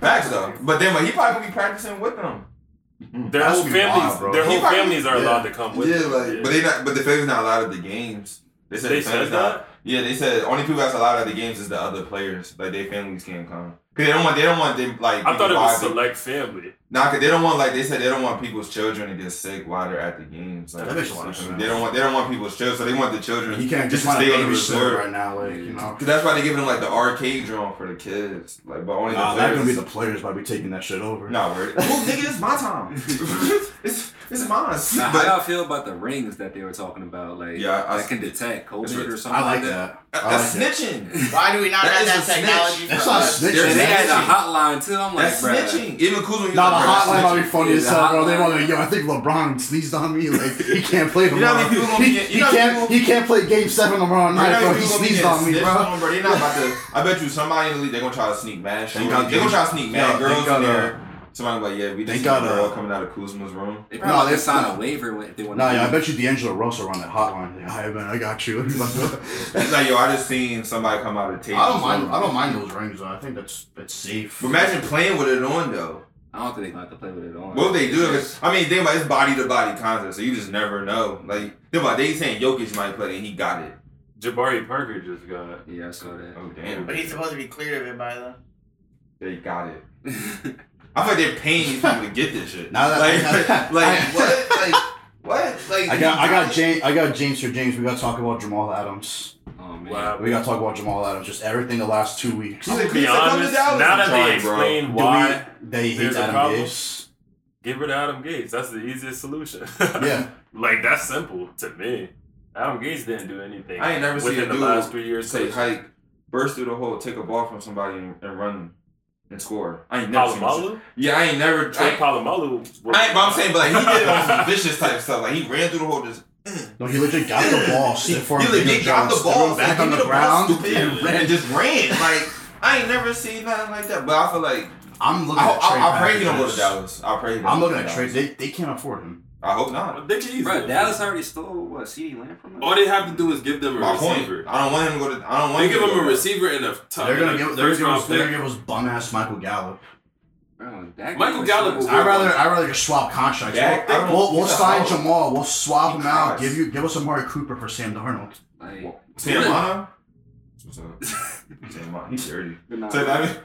Speaker 3: Facts though. But then like, he probably gonna be practicing with them.
Speaker 5: Their
Speaker 1: That's
Speaker 5: whole
Speaker 1: gonna be
Speaker 5: families,
Speaker 1: wild, bro.
Speaker 5: their
Speaker 3: He
Speaker 5: whole
Speaker 3: probably-
Speaker 5: families are
Speaker 3: yeah.
Speaker 5: allowed to come with.
Speaker 3: yeah,
Speaker 5: them.
Speaker 3: like,
Speaker 5: Yeah.
Speaker 3: but they not, but the family's not allowed at the games. They said
Speaker 5: They
Speaker 3: the family's
Speaker 5: said
Speaker 3: not-
Speaker 5: that?
Speaker 3: Yeah, they said only people that's allowed at the games is the other players. Like their families can't come. Cause they don't want, they don't want them like.
Speaker 5: I thought it was
Speaker 3: people-
Speaker 5: select family.
Speaker 3: Nah, cause they don't want like they said they don't want people's children to get sick while they're at the games. Like,
Speaker 1: That makes a lot of sense.
Speaker 3: They don't want they don't want people's children, so they want the children.
Speaker 1: You can't just
Speaker 3: to
Speaker 1: want
Speaker 3: stay
Speaker 1: to
Speaker 3: on the
Speaker 1: babysit
Speaker 3: reserve.
Speaker 1: right now, like, you know.
Speaker 3: Cause that's why they giving them like the arcade drone for the kids, like but only
Speaker 1: Nah,
Speaker 3: the
Speaker 1: that's gonna be
Speaker 3: players.
Speaker 1: the players by be taking that shit over.
Speaker 3: Nah,
Speaker 1: (laughs)
Speaker 3: word. Oh, nigga, it's my (laughs) time. it's it's mine.
Speaker 4: Now, how
Speaker 3: But-
Speaker 4: y'all feel about the rings that they were talking about? Like,
Speaker 3: Yeah, I-
Speaker 4: that can detect COVID
Speaker 3: That's right.
Speaker 4: or something
Speaker 1: I like
Speaker 4: like that.
Speaker 1: that.
Speaker 3: That's
Speaker 1: I like that.
Speaker 3: snitching.
Speaker 2: Why do we not
Speaker 3: That
Speaker 2: have
Speaker 3: is
Speaker 2: that
Speaker 3: a snitch.
Speaker 2: technology?
Speaker 1: That's
Speaker 2: for
Speaker 1: not
Speaker 2: us?
Speaker 1: snitching.
Speaker 3: They're
Speaker 4: And they had
Speaker 3: snitching.
Speaker 4: a hotline too. I'm like,
Speaker 3: That's
Speaker 4: bro.
Speaker 3: snitching. Even cool when you
Speaker 1: Nah, the hotline might be funny
Speaker 4: Yeah,
Speaker 1: as
Speaker 4: the
Speaker 1: hell, bro. They
Speaker 4: hotline.
Speaker 1: want to, yo, I think LeBron sneezed on me.
Speaker 3: (laughs)
Speaker 1: Like, he can't play tomorrow.
Speaker 3: You know how many people gonna be
Speaker 1: he,
Speaker 3: get- you
Speaker 1: he
Speaker 3: know how many
Speaker 1: can't,
Speaker 3: people-
Speaker 1: he can't play game seven tomorrow night, bro. He sneezed on me, bro.
Speaker 3: bro. They're not about to. I bet you somebody in the league they're gonna try to sneak mad shit.
Speaker 1: Thank
Speaker 3: They're
Speaker 1: God
Speaker 3: gonna
Speaker 1: they-
Speaker 3: try to sneak mad
Speaker 1: Yeah, thank
Speaker 3: girls in
Speaker 1: God, uh,
Speaker 3: there. Somebody like, yeah, we
Speaker 1: thank
Speaker 3: just got a
Speaker 1: God,
Speaker 3: girl
Speaker 1: uh,
Speaker 3: coming out of
Speaker 1: (laughs)
Speaker 3: Kuzma's room.
Speaker 4: They
Speaker 1: No,
Speaker 4: probably
Speaker 1: they-
Speaker 4: just sign a waiver if they want
Speaker 1: Nah,
Speaker 4: to.
Speaker 1: yeah, I bet you D'Angelo Russell on that hotline. Like, Hi, man, I got you. (laughs)
Speaker 3: It's like, yo, I just seen somebody come out of the table.
Speaker 1: don't mind those rings, though. I think that's that's safe.
Speaker 3: But imagine playing with it on though.
Speaker 4: I don't think they're going to have to play with it on.
Speaker 3: What would they do?
Speaker 4: It's just-
Speaker 3: If, I mean, think about it, it's body to body concept, so you just never know. Like, think about it, they saying Jokic might play and he got it.
Speaker 5: Jabari Parker just got.
Speaker 4: Yeah, I saw that.
Speaker 3: Oh damn,
Speaker 2: But he's supposed to be cleared of it by then.
Speaker 3: they got it. I feel like they're paying these people to get this shit.
Speaker 1: Now that-
Speaker 3: (laughs) like, like
Speaker 1: I-
Speaker 3: what? Like what? Like
Speaker 1: I got, I got
Speaker 3: James.
Speaker 1: James, I got James for James. We got to talk about Jamal Adams.
Speaker 4: (laughs) oh, man.
Speaker 5: Wow.
Speaker 1: We got to talk about Jamal Adams. Just everything the last two weeks.
Speaker 3: He's
Speaker 1: Do
Speaker 3: a-
Speaker 5: To be
Speaker 3: It's like, come to
Speaker 5: honest, now
Speaker 3: Dallas and
Speaker 5: that
Speaker 3: try,
Speaker 5: they
Speaker 3: bro.
Speaker 5: explain
Speaker 1: we-
Speaker 5: why,
Speaker 1: they hate
Speaker 5: there's a
Speaker 1: Adam
Speaker 3: (laughs)
Speaker 5: problem?
Speaker 1: Gates.
Speaker 5: get rid of Adam Gates. That's the easiest solution.
Speaker 1: Yeah,
Speaker 5: (laughs) like that's simple to me. Adam Gates didn't do anything.
Speaker 3: I ain't never seen
Speaker 5: within
Speaker 3: a
Speaker 5: the
Speaker 3: dude
Speaker 5: last three years.
Speaker 3: say
Speaker 5: coach.
Speaker 3: hike, burst through the hole, take a ball from somebody and, and run and score. I ain't never seen this shit.
Speaker 5: Palomalu,
Speaker 3: Yeah, I ain't never. I,
Speaker 5: Trey
Speaker 3: ain't-
Speaker 5: Palomalu.
Speaker 3: I ain't, but I'm saying, but like he
Speaker 5: (laughs)
Speaker 3: did it on some vicious type stuff. Like he ran through the hole, just
Speaker 1: no, he legit got the
Speaker 3: (laughs)
Speaker 1: ball. Stiff for
Speaker 3: he
Speaker 1: him.
Speaker 3: legit
Speaker 1: Bigger
Speaker 3: got
Speaker 1: Jones,
Speaker 3: the
Speaker 1: threw
Speaker 3: ball
Speaker 1: it back on
Speaker 3: give me
Speaker 1: the
Speaker 3: ball,
Speaker 1: ground.
Speaker 3: stupid, and ran, just ran. Like I ain't never seen nothing like that. But I feel like
Speaker 1: I'm looking.
Speaker 3: I,
Speaker 1: at trade
Speaker 3: I, I pray he don't go to
Speaker 1: packages.
Speaker 3: Dallas. I pray. He don't
Speaker 1: I'm
Speaker 3: go
Speaker 1: looking
Speaker 3: to
Speaker 1: at trade.
Speaker 3: Dallas.
Speaker 1: They, they can't afford him.
Speaker 3: I hope not.
Speaker 5: Well, Dick Easy.
Speaker 4: Bro, Dallas already stole, what, CeeDee Lamb from them?
Speaker 5: All they have to do is give them a
Speaker 3: My point.
Speaker 5: receiver.
Speaker 3: I don't want him to go to. I don't want
Speaker 5: They
Speaker 3: him
Speaker 5: give
Speaker 3: to
Speaker 5: them
Speaker 3: go
Speaker 5: a
Speaker 3: to-
Speaker 5: receiver and a top.
Speaker 1: They're gonna
Speaker 5: and a
Speaker 1: give. They're gonna
Speaker 5: first
Speaker 1: give, us,
Speaker 5: round
Speaker 1: they're gonna
Speaker 5: pick.
Speaker 1: give us bum ass Michael Gallup.
Speaker 4: Bro, that
Speaker 5: Michael
Speaker 4: game
Speaker 5: Gallup
Speaker 4: was-
Speaker 5: will-
Speaker 1: I'd rather. I'd rather just swap contracts.
Speaker 3: Dak- I
Speaker 1: we'll
Speaker 3: don't-
Speaker 1: we'll, we'll
Speaker 3: he's a
Speaker 1: sign
Speaker 3: hoe.
Speaker 1: Jamal. We'll swap him out.
Speaker 3: Christ.
Speaker 1: Give you. Give us Amari Cooper for Sam Darnold.
Speaker 4: Like,
Speaker 3: Tiamana? What's up?
Speaker 5: (laughs)
Speaker 3: Tiamana, he's dirty.
Speaker 4: but nah.
Speaker 3: So let me, let me
Speaker 5: Think-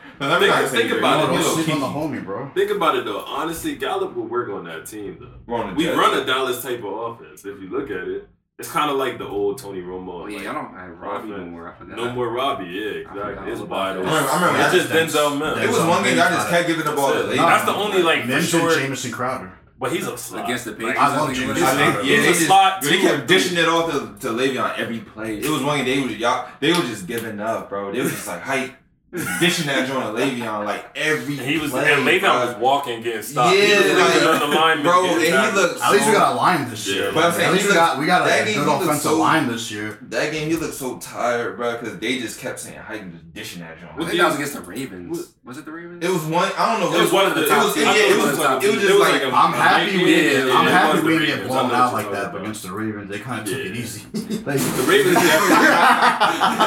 Speaker 3: not say
Speaker 5: think
Speaker 3: dirty.
Speaker 5: about it.
Speaker 1: Don't
Speaker 3: He's a little
Speaker 1: sleep on the
Speaker 3: kinky.
Speaker 1: homie, bro.
Speaker 5: Think about it though. Honestly, Gallup will work on that team though.
Speaker 3: We're on the
Speaker 5: We
Speaker 3: Jets.
Speaker 5: run a Dallas type of offense. If you look at it, it's kind of like the old Tony Romo.
Speaker 4: Oh, yeah, I
Speaker 5: like,
Speaker 4: don't have Robbie no
Speaker 5: offense.
Speaker 4: more. I forgot.
Speaker 5: no more Robbie. Yeah,
Speaker 4: I forgot
Speaker 5: exactly. It's
Speaker 4: all about
Speaker 5: wide
Speaker 4: that.
Speaker 5: open.
Speaker 3: I remember, I remember
Speaker 1: Yeah,
Speaker 5: It's
Speaker 3: that's,
Speaker 5: just
Speaker 1: that's-
Speaker 5: Denzel Mims.
Speaker 3: it was one game that I just kept giving the ball to
Speaker 5: That's
Speaker 3: Lady.
Speaker 5: it. That's the only like for
Speaker 1: Mims
Speaker 5: sure.
Speaker 1: and Jameson Crowder.
Speaker 5: But he's a slot.
Speaker 4: Against the Patriots.
Speaker 1: I love
Speaker 4: think
Speaker 1: James
Speaker 4: it was-
Speaker 3: I think
Speaker 5: He's
Speaker 3: yeah,
Speaker 5: a
Speaker 3: they just
Speaker 5: slot
Speaker 3: they
Speaker 5: two or
Speaker 3: kept
Speaker 5: three.
Speaker 3: dishing it off to, to Le'Veon every play. It was one game they was y'all they were just giving up, bro. They was just like
Speaker 5: (laughs)
Speaker 3: hype, just dishing that joint to Le'Veon like every.
Speaker 5: He was
Speaker 3: play,
Speaker 5: and Le'Veon
Speaker 3: bro.
Speaker 5: was walking, getting stopped. he
Speaker 3: Yeah,
Speaker 5: was leaving
Speaker 3: like,
Speaker 5: on the lineman,
Speaker 3: bro, and
Speaker 5: getting
Speaker 3: he
Speaker 5: tackled.
Speaker 3: looked.
Speaker 1: At least we
Speaker 3: so-
Speaker 1: got a line this
Speaker 5: Yeah,
Speaker 1: year.
Speaker 5: but I'm
Speaker 1: man.
Speaker 3: saying
Speaker 1: At
Speaker 3: he
Speaker 1: least we
Speaker 3: looks-
Speaker 1: got we got
Speaker 3: that
Speaker 1: a
Speaker 3: game,
Speaker 1: good
Speaker 3: he looks
Speaker 1: offensive
Speaker 3: so-
Speaker 1: line this year.
Speaker 3: That game, he looked so tired, bro, because they just kept saying hype, and just dishing that joint.
Speaker 4: I think that was against the Ravens. Was it the Ravens?
Speaker 3: It was one. I don't know.
Speaker 5: It was one of the
Speaker 3: it
Speaker 5: top
Speaker 3: was,
Speaker 5: teams.
Speaker 3: yeah, it was.
Speaker 4: top
Speaker 3: It was
Speaker 4: teams.
Speaker 3: just like,
Speaker 5: a-
Speaker 1: I'm
Speaker 5: a
Speaker 1: happy we
Speaker 5: Ravens-
Speaker 1: didn't.
Speaker 5: yeah,
Speaker 1: I'm
Speaker 5: it was
Speaker 1: happy
Speaker 5: the
Speaker 1: we didn't get
Speaker 5: Ravens. I know
Speaker 1: blown
Speaker 5: what
Speaker 1: out like
Speaker 5: you're talking
Speaker 1: that. But
Speaker 5: about.
Speaker 1: against the Ravens, they kind of took it
Speaker 5: Yeah. (laughs)
Speaker 1: easy. Like-
Speaker 5: The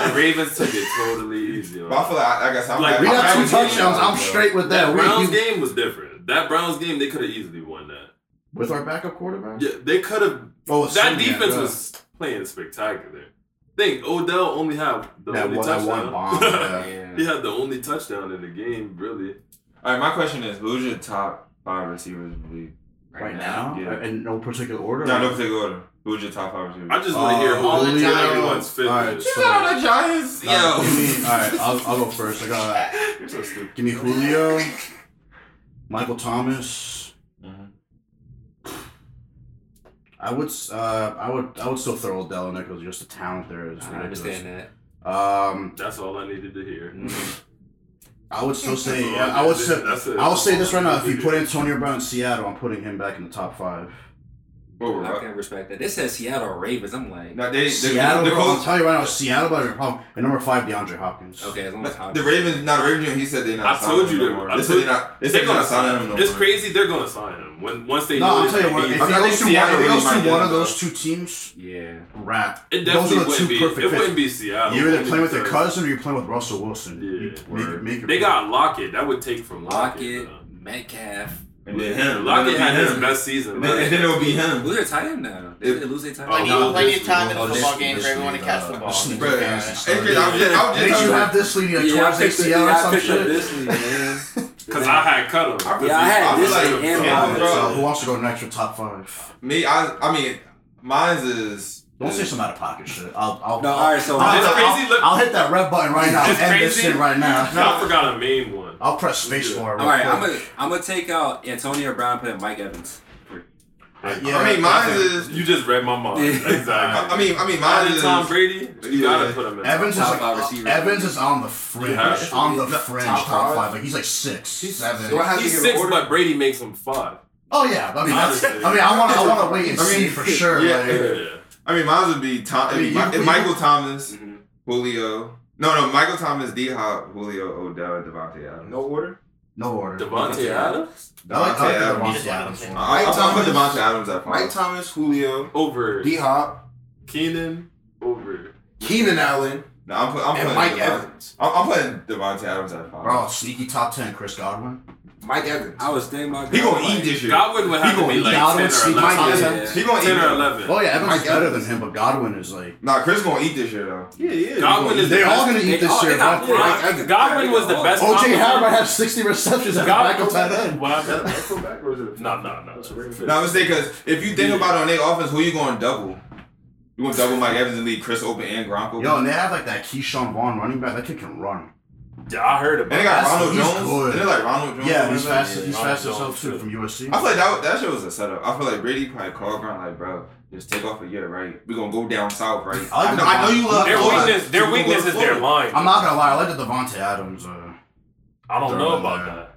Speaker 1: (laughs)
Speaker 3: (laughs)
Speaker 5: Ravens, the Ravens took it totally easy. on
Speaker 3: But I feel like, like I said, I'm
Speaker 5: Like,
Speaker 1: We
Speaker 5: I'm
Speaker 1: got
Speaker 5: happy
Speaker 1: two
Speaker 5: we
Speaker 1: touchdowns.
Speaker 5: didn't.
Speaker 1: I'm straight with that.
Speaker 5: That
Speaker 1: We-
Speaker 5: Browns
Speaker 1: we-
Speaker 5: game was different. That Browns game, they could have easily won that.
Speaker 1: With our backup quarterback?
Speaker 5: Yeah, they could have.
Speaker 1: Oh,
Speaker 5: That
Speaker 1: Simeon,
Speaker 5: defense
Speaker 1: yeah.
Speaker 5: was playing spectacular. Think Odell only had the
Speaker 1: That
Speaker 5: only
Speaker 1: one- that
Speaker 5: touchdown.
Speaker 1: one bomb, yeah.
Speaker 4: Yeah.
Speaker 5: (laughs) he had the only touchdown in the game, really.
Speaker 3: All right, my question is, who's your top five receivers in the league?
Speaker 1: right now,
Speaker 3: Yeah.
Speaker 1: in no particular order.
Speaker 3: No, no particular order. Who's your top five receivers?
Speaker 5: I just want to hear who
Speaker 2: all the
Speaker 5: who
Speaker 2: time.
Speaker 5: everyone's fit.
Speaker 1: Oh, All right,
Speaker 5: is.
Speaker 1: so-
Speaker 3: the
Speaker 2: (laughs)
Speaker 3: Giants.
Speaker 1: No, give me- all right, I'll, I'll go first. I got
Speaker 5: You're (laughs) so stupid.
Speaker 1: give me Julio,
Speaker 3: Mm-hmm.
Speaker 1: Michael Thomas.
Speaker 3: Mhm.
Speaker 1: I would, s- uh, I would, I would still throw Odell in there because just the talent there is
Speaker 4: I
Speaker 1: ridiculous.
Speaker 4: understand that.
Speaker 1: Um,
Speaker 5: That's all I needed to hear.
Speaker 1: I would still say,
Speaker 5: (laughs) That's all
Speaker 1: I would
Speaker 5: needed.
Speaker 1: say,
Speaker 5: That's it.
Speaker 1: I will say this right now: if you
Speaker 5: Needed.
Speaker 1: put Antonio Brown in Seattle, I'm putting him back in the top five.
Speaker 3: Bro, we're
Speaker 4: Mm. I
Speaker 3: up.
Speaker 4: can respect that. This says Seattle Ravens. I'm like,
Speaker 3: No, they, the,
Speaker 1: Seattle,
Speaker 3: the, the,
Speaker 1: bro, I'll
Speaker 3: Colts-
Speaker 1: tell you right now, Seattle by your problem. And number five, DeAndre Hopkins.
Speaker 4: okay, as long as
Speaker 3: the Ravens, not the Ravens. He said they're not.
Speaker 5: I told
Speaker 3: signing
Speaker 5: you
Speaker 3: him no
Speaker 5: they were.
Speaker 3: more.
Speaker 5: I
Speaker 3: They said
Speaker 5: told-
Speaker 3: they're not. They
Speaker 5: They're
Speaker 3: said they're
Speaker 5: gonna
Speaker 3: not
Speaker 5: sign
Speaker 3: signing him
Speaker 5: him.
Speaker 3: no
Speaker 5: It's
Speaker 3: more.
Speaker 5: crazy. They're gonna sign him when once they.
Speaker 1: No,
Speaker 5: know
Speaker 1: I'll
Speaker 5: this
Speaker 1: tell you
Speaker 5: may
Speaker 1: what.
Speaker 5: be-
Speaker 1: If
Speaker 3: I think
Speaker 1: Seattle goes to one, if
Speaker 3: Seattle
Speaker 1: it
Speaker 3: really
Speaker 1: goes
Speaker 3: might
Speaker 1: to
Speaker 3: get
Speaker 1: one
Speaker 3: him,
Speaker 1: of
Speaker 3: though.
Speaker 1: those two teams,
Speaker 4: Yeah.
Speaker 1: wrap.
Speaker 5: It
Speaker 1: Those
Speaker 5: definitely
Speaker 1: are the two
Speaker 5: wouldn't be.
Speaker 1: perfect
Speaker 5: It
Speaker 1: fits.
Speaker 5: wouldn't be Seattle.
Speaker 1: You're either
Speaker 5: Only
Speaker 1: playing with your
Speaker 5: because
Speaker 1: cousin or you're playing with Russell Wilson.
Speaker 5: Yeah,
Speaker 1: You
Speaker 5: word.
Speaker 1: make, make
Speaker 5: They got Lockett. That would take from Lockett.
Speaker 4: Lockett,
Speaker 5: though.
Speaker 4: Metcalf.
Speaker 3: And then him.
Speaker 5: Lockett
Speaker 3: And then
Speaker 5: had
Speaker 3: it'll be
Speaker 5: his
Speaker 3: him.
Speaker 5: best season.
Speaker 3: And then-
Speaker 5: last
Speaker 3: and then it'll be him.
Speaker 4: Who's their tight end now? They did lose their tight
Speaker 2: Plenty-
Speaker 4: end.
Speaker 1: no,
Speaker 2: plenty
Speaker 1: this
Speaker 2: of time in the
Speaker 1: league-
Speaker 2: football
Speaker 1: this-
Speaker 2: game
Speaker 1: this
Speaker 2: for everyone to
Speaker 1: league,
Speaker 2: catch
Speaker 1: uh,
Speaker 2: the
Speaker 1: this
Speaker 2: ball.
Speaker 1: league
Speaker 3: Bruh,
Speaker 1: fantasy
Speaker 3: I-
Speaker 1: stuff.
Speaker 3: I- I was just- I was just
Speaker 1: Didn't you
Speaker 3: talking-
Speaker 1: have this league like
Speaker 4: Yeah, I
Speaker 1: towards like
Speaker 4: picked, the, yeah,
Speaker 1: Seattle or
Speaker 4: I
Speaker 1: some
Speaker 4: picked up
Speaker 1: shit?
Speaker 4: this league, man.
Speaker 6: (laughs)
Speaker 5: Because I had cut him.
Speaker 4: Yeah, I had
Speaker 3: I
Speaker 4: this
Speaker 3: feel
Speaker 4: league
Speaker 3: like-
Speaker 4: and
Speaker 3: Yeah,
Speaker 4: Ravens.
Speaker 3: bro.
Speaker 1: So who wants to go next for top five?
Speaker 3: Me, I, I mean, mine's is.
Speaker 1: Don't say some out of pocket shit. I'll, I'll,
Speaker 4: No,
Speaker 1: I'll,
Speaker 4: all right, so
Speaker 1: I'll,
Speaker 5: It's
Speaker 1: hit-
Speaker 5: crazy
Speaker 1: I'll-
Speaker 5: look-
Speaker 1: I'll hit that red button right now.
Speaker 5: It's
Speaker 1: End this
Speaker 5: crazy.
Speaker 1: shit right
Speaker 5: (laughs)
Speaker 1: now.
Speaker 5: I forgot a main one.
Speaker 1: I'll press space bar.
Speaker 4: All right, I'm gonna I'm gonna take out Antonio Brown, put in Mike Evans.
Speaker 1: Yeah,
Speaker 3: I mean, mine's
Speaker 1: okay.
Speaker 3: is.
Speaker 5: You just read my mind.
Speaker 4: Yeah.
Speaker 5: Exactly.
Speaker 3: I, I mean, I mean,
Speaker 5: Not
Speaker 3: mine
Speaker 5: in
Speaker 3: is.
Speaker 5: Tom Brady. You gotta
Speaker 3: Yeah.
Speaker 5: put him in.
Speaker 1: Evans is
Speaker 4: Top
Speaker 1: like,
Speaker 4: five receiver.
Speaker 1: Evans is on the fringe,
Speaker 5: Yeah, sure.
Speaker 1: on the
Speaker 4: Top
Speaker 1: fringe
Speaker 4: five.
Speaker 1: top, five. Like he's like six, seven.
Speaker 4: six.
Speaker 5: He's six, but Brady makes him five.
Speaker 1: Oh yeah, I mean, that's, I
Speaker 5: Honestly.
Speaker 1: mean, I want to, I want to wait and
Speaker 3: I
Speaker 1: see
Speaker 3: mean,
Speaker 1: for sure.
Speaker 3: yeah,
Speaker 1: like-
Speaker 5: Yeah.
Speaker 3: I mean, mine would be Tom.
Speaker 1: I
Speaker 3: It'd be
Speaker 1: mean,
Speaker 3: Mi-
Speaker 1: you-
Speaker 3: it'd
Speaker 1: you-
Speaker 3: Michael Thomas,
Speaker 4: Mhm.
Speaker 3: Julio. No, no, Michael Thomas, D Hop, Julio, Odell, and Devontae Adams.
Speaker 4: No order.
Speaker 1: no order.
Speaker 5: Devontae Adams
Speaker 1: I like, I like
Speaker 3: Adams.
Speaker 1: the Devontae
Speaker 2: Devontae
Speaker 1: Adams one.
Speaker 3: I, I'll, I'll put
Speaker 6: Thomas.
Speaker 3: Devontae Adams at
Speaker 6: Mike
Speaker 3: five.
Speaker 6: Thomas, Julio,
Speaker 5: over
Speaker 6: D Hop,
Speaker 5: Keenan over.
Speaker 6: Keenan Allen,
Speaker 3: No, I'm, put, I'm
Speaker 6: and
Speaker 3: putting
Speaker 6: Mike
Speaker 3: Devon-
Speaker 6: Evans.
Speaker 3: I'm, I'm putting Devontae Adams at five.
Speaker 1: Bro, sneaky top ten, Chris Godwin.
Speaker 6: Mike Evans.
Speaker 4: I was thinking about
Speaker 3: he
Speaker 4: Godwin,
Speaker 3: gonna eat
Speaker 4: like,
Speaker 3: this year.
Speaker 5: Godwin would have to
Speaker 1: gonna
Speaker 5: be like
Speaker 1: eat Godwin,
Speaker 5: 10
Speaker 1: Steve
Speaker 5: or
Speaker 1: Mike
Speaker 5: 11.
Speaker 4: Evans.
Speaker 3: He gonna
Speaker 5: 10 or
Speaker 3: eat.
Speaker 5: 11.
Speaker 1: Oh yeah, Evans
Speaker 6: Mike
Speaker 1: is better
Speaker 6: Evans.
Speaker 1: than him, but Godwin is like
Speaker 3: Nah, Chris gonna eat this year though.
Speaker 6: Yeah, yeah.
Speaker 5: Godwin is the
Speaker 1: they're all
Speaker 5: best.
Speaker 1: gonna eat
Speaker 4: They
Speaker 1: this
Speaker 4: all-
Speaker 1: year.
Speaker 4: they got
Speaker 1: bro.
Speaker 4: Brock.
Speaker 6: Evans.
Speaker 5: Godwin was the best.
Speaker 1: OJ Howard might
Speaker 5: compliment-
Speaker 1: have sixty receptions as a backup tight
Speaker 5: Godwin.
Speaker 1: end.
Speaker 5: What happened? No, no, no.
Speaker 3: No, I'm saying because if you think about it on their offense, who you going to double? You going to double Mike Evans and leave Chris open and Gronk open?
Speaker 1: Yo, and they have like that Keyshawn Vaughn running back. That kid can run.
Speaker 5: Yeah, I heard
Speaker 3: and they
Speaker 5: about it.
Speaker 3: got
Speaker 1: That's-
Speaker 3: Ronald
Speaker 1: he's
Speaker 3: Jones.
Speaker 1: good.
Speaker 3: And they're like Ronald Jones.
Speaker 1: Yeah, he's
Speaker 3: Remember?
Speaker 1: fast. He's
Speaker 5: Yeah.
Speaker 1: fast as hell too from USC.
Speaker 3: I feel like that, that shit was a setup. I feel like Brady probably called Gronk like, bro, just take off a year, right? We're going to go down south, right?
Speaker 1: I like
Speaker 3: I know,
Speaker 1: the-
Speaker 3: I know you love
Speaker 5: Their
Speaker 3: Florida,
Speaker 5: weakness,
Speaker 3: so
Speaker 5: their
Speaker 3: we gonna go
Speaker 5: weakness
Speaker 3: to
Speaker 5: is their
Speaker 3: Florida.
Speaker 5: line.
Speaker 1: I'm not gonna lie. I like the Devontae Adams. Uh,
Speaker 5: I don't know about
Speaker 1: They're-
Speaker 5: that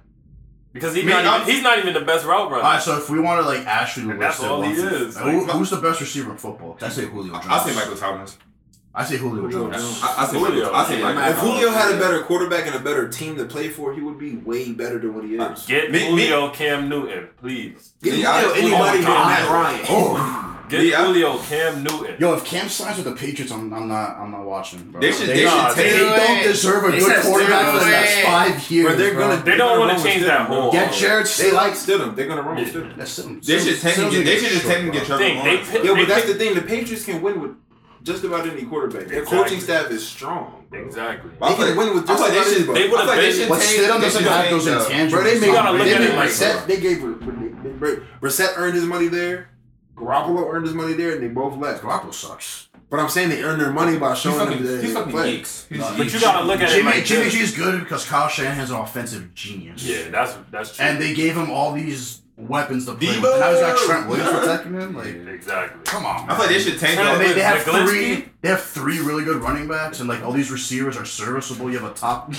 Speaker 5: because he's
Speaker 3: Me,
Speaker 5: not.
Speaker 3: I'm-
Speaker 5: Even, he's not even the best route runner.
Speaker 1: All right, so if we want to like actually
Speaker 5: And that's
Speaker 1: list it
Speaker 5: all he
Speaker 1: once-
Speaker 5: is.
Speaker 1: Who- who's the best receiver in football? I say Julio Jones.
Speaker 3: I say Michael Thomas.
Speaker 1: I say Julio
Speaker 4: Julio
Speaker 1: Jones.
Speaker 4: Jones.
Speaker 3: I, I say
Speaker 5: Julio.
Speaker 3: Michael. I say
Speaker 5: Yeah,
Speaker 3: Michael.
Speaker 6: If Julio had a
Speaker 4: Yeah.
Speaker 6: better quarterback and a better team to play for, he would be way better than what he is.
Speaker 5: Get
Speaker 3: Me- me-
Speaker 5: Julio Cam Newton, please.
Speaker 6: Give
Speaker 3: Yeah, I-
Speaker 6: Julio
Speaker 5: oh my
Speaker 6: anybody but
Speaker 5: God.
Speaker 6: Matt Ryan.
Speaker 1: Oh,
Speaker 5: Get
Speaker 3: Me, I-
Speaker 5: Julio Cam Newton.
Speaker 1: yo! If Cam signs with the Patriots, I'm, I'm not. I'm not watching. Bro.
Speaker 3: They should- they
Speaker 1: don't-
Speaker 3: should
Speaker 1: they
Speaker 3: take-
Speaker 1: don't deserve a
Speaker 4: They
Speaker 1: good
Speaker 4: said
Speaker 1: quarterback for the
Speaker 2: steroids.
Speaker 1: next five years.
Speaker 6: But they're
Speaker 1: bro.
Speaker 6: gonna
Speaker 5: they don't want to change that whole.
Speaker 1: get Jared.
Speaker 6: They
Speaker 1: Stidham.
Speaker 6: like Stidham. They're gonna run with Stidham.
Speaker 1: That's Stidham.
Speaker 3: They should
Speaker 1: Stidham's
Speaker 3: take him.
Speaker 1: gonna
Speaker 3: They
Speaker 1: get
Speaker 3: should just
Speaker 1: shook,
Speaker 3: take him and
Speaker 1: bro.
Speaker 3: get Trevor
Speaker 5: Thing, they
Speaker 3: Lawrence.
Speaker 5: pick-
Speaker 6: Yo,
Speaker 5: They
Speaker 6: but that's the thing. The Patriots can win with just about any quarterback. Their
Speaker 5: Exactly.
Speaker 6: coaching staff is strong. Bro.
Speaker 5: Exactly.
Speaker 3: I feel
Speaker 6: They can
Speaker 3: like-
Speaker 6: win with
Speaker 3: I feel
Speaker 6: just
Speaker 3: like they
Speaker 6: about
Speaker 3: should-
Speaker 6: anybody.
Speaker 5: They would
Speaker 3: I feel
Speaker 5: have
Speaker 3: like they
Speaker 5: been.
Speaker 3: should
Speaker 1: But
Speaker 3: take-
Speaker 1: Stidham
Speaker 3: they
Speaker 1: doesn't
Speaker 3: should
Speaker 1: have
Speaker 3: take
Speaker 1: those
Speaker 3: the-
Speaker 1: intangibles.
Speaker 6: Bro, they made-
Speaker 1: They
Speaker 5: gotta look
Speaker 1: made
Speaker 5: at it like-
Speaker 6: Brissett, they gave Brissett, Brissett earned his money there. Garoppolo earned his money there, and they both left.
Speaker 1: Garoppolo sucks.
Speaker 6: But I'm saying they earned their money by
Speaker 3: He's
Speaker 6: showing them
Speaker 3: fucking,
Speaker 6: that they
Speaker 3: he's fucking
Speaker 6: play.
Speaker 3: geeks. He's
Speaker 1: No,
Speaker 3: geeks.
Speaker 5: But you gotta look at it
Speaker 1: Jimmy
Speaker 5: like
Speaker 1: Jimmy
Speaker 5: this.
Speaker 1: G is good because Kyle Shanahan's an offensive genius.
Speaker 5: Yeah, that's that's true.
Speaker 1: and they gave him all these weapons to play with.
Speaker 3: Debo!
Speaker 1: And now he's got Trent Williams protecting him. Like,
Speaker 5: exactly.
Speaker 1: come on,
Speaker 3: I
Speaker 1: man.
Speaker 3: feel like they should tank
Speaker 5: Turn
Speaker 1: And
Speaker 3: off.
Speaker 1: they, they have
Speaker 5: Like Glinski?
Speaker 1: three. They have three really good running backs, and like all these receivers are serviceable. You have a top,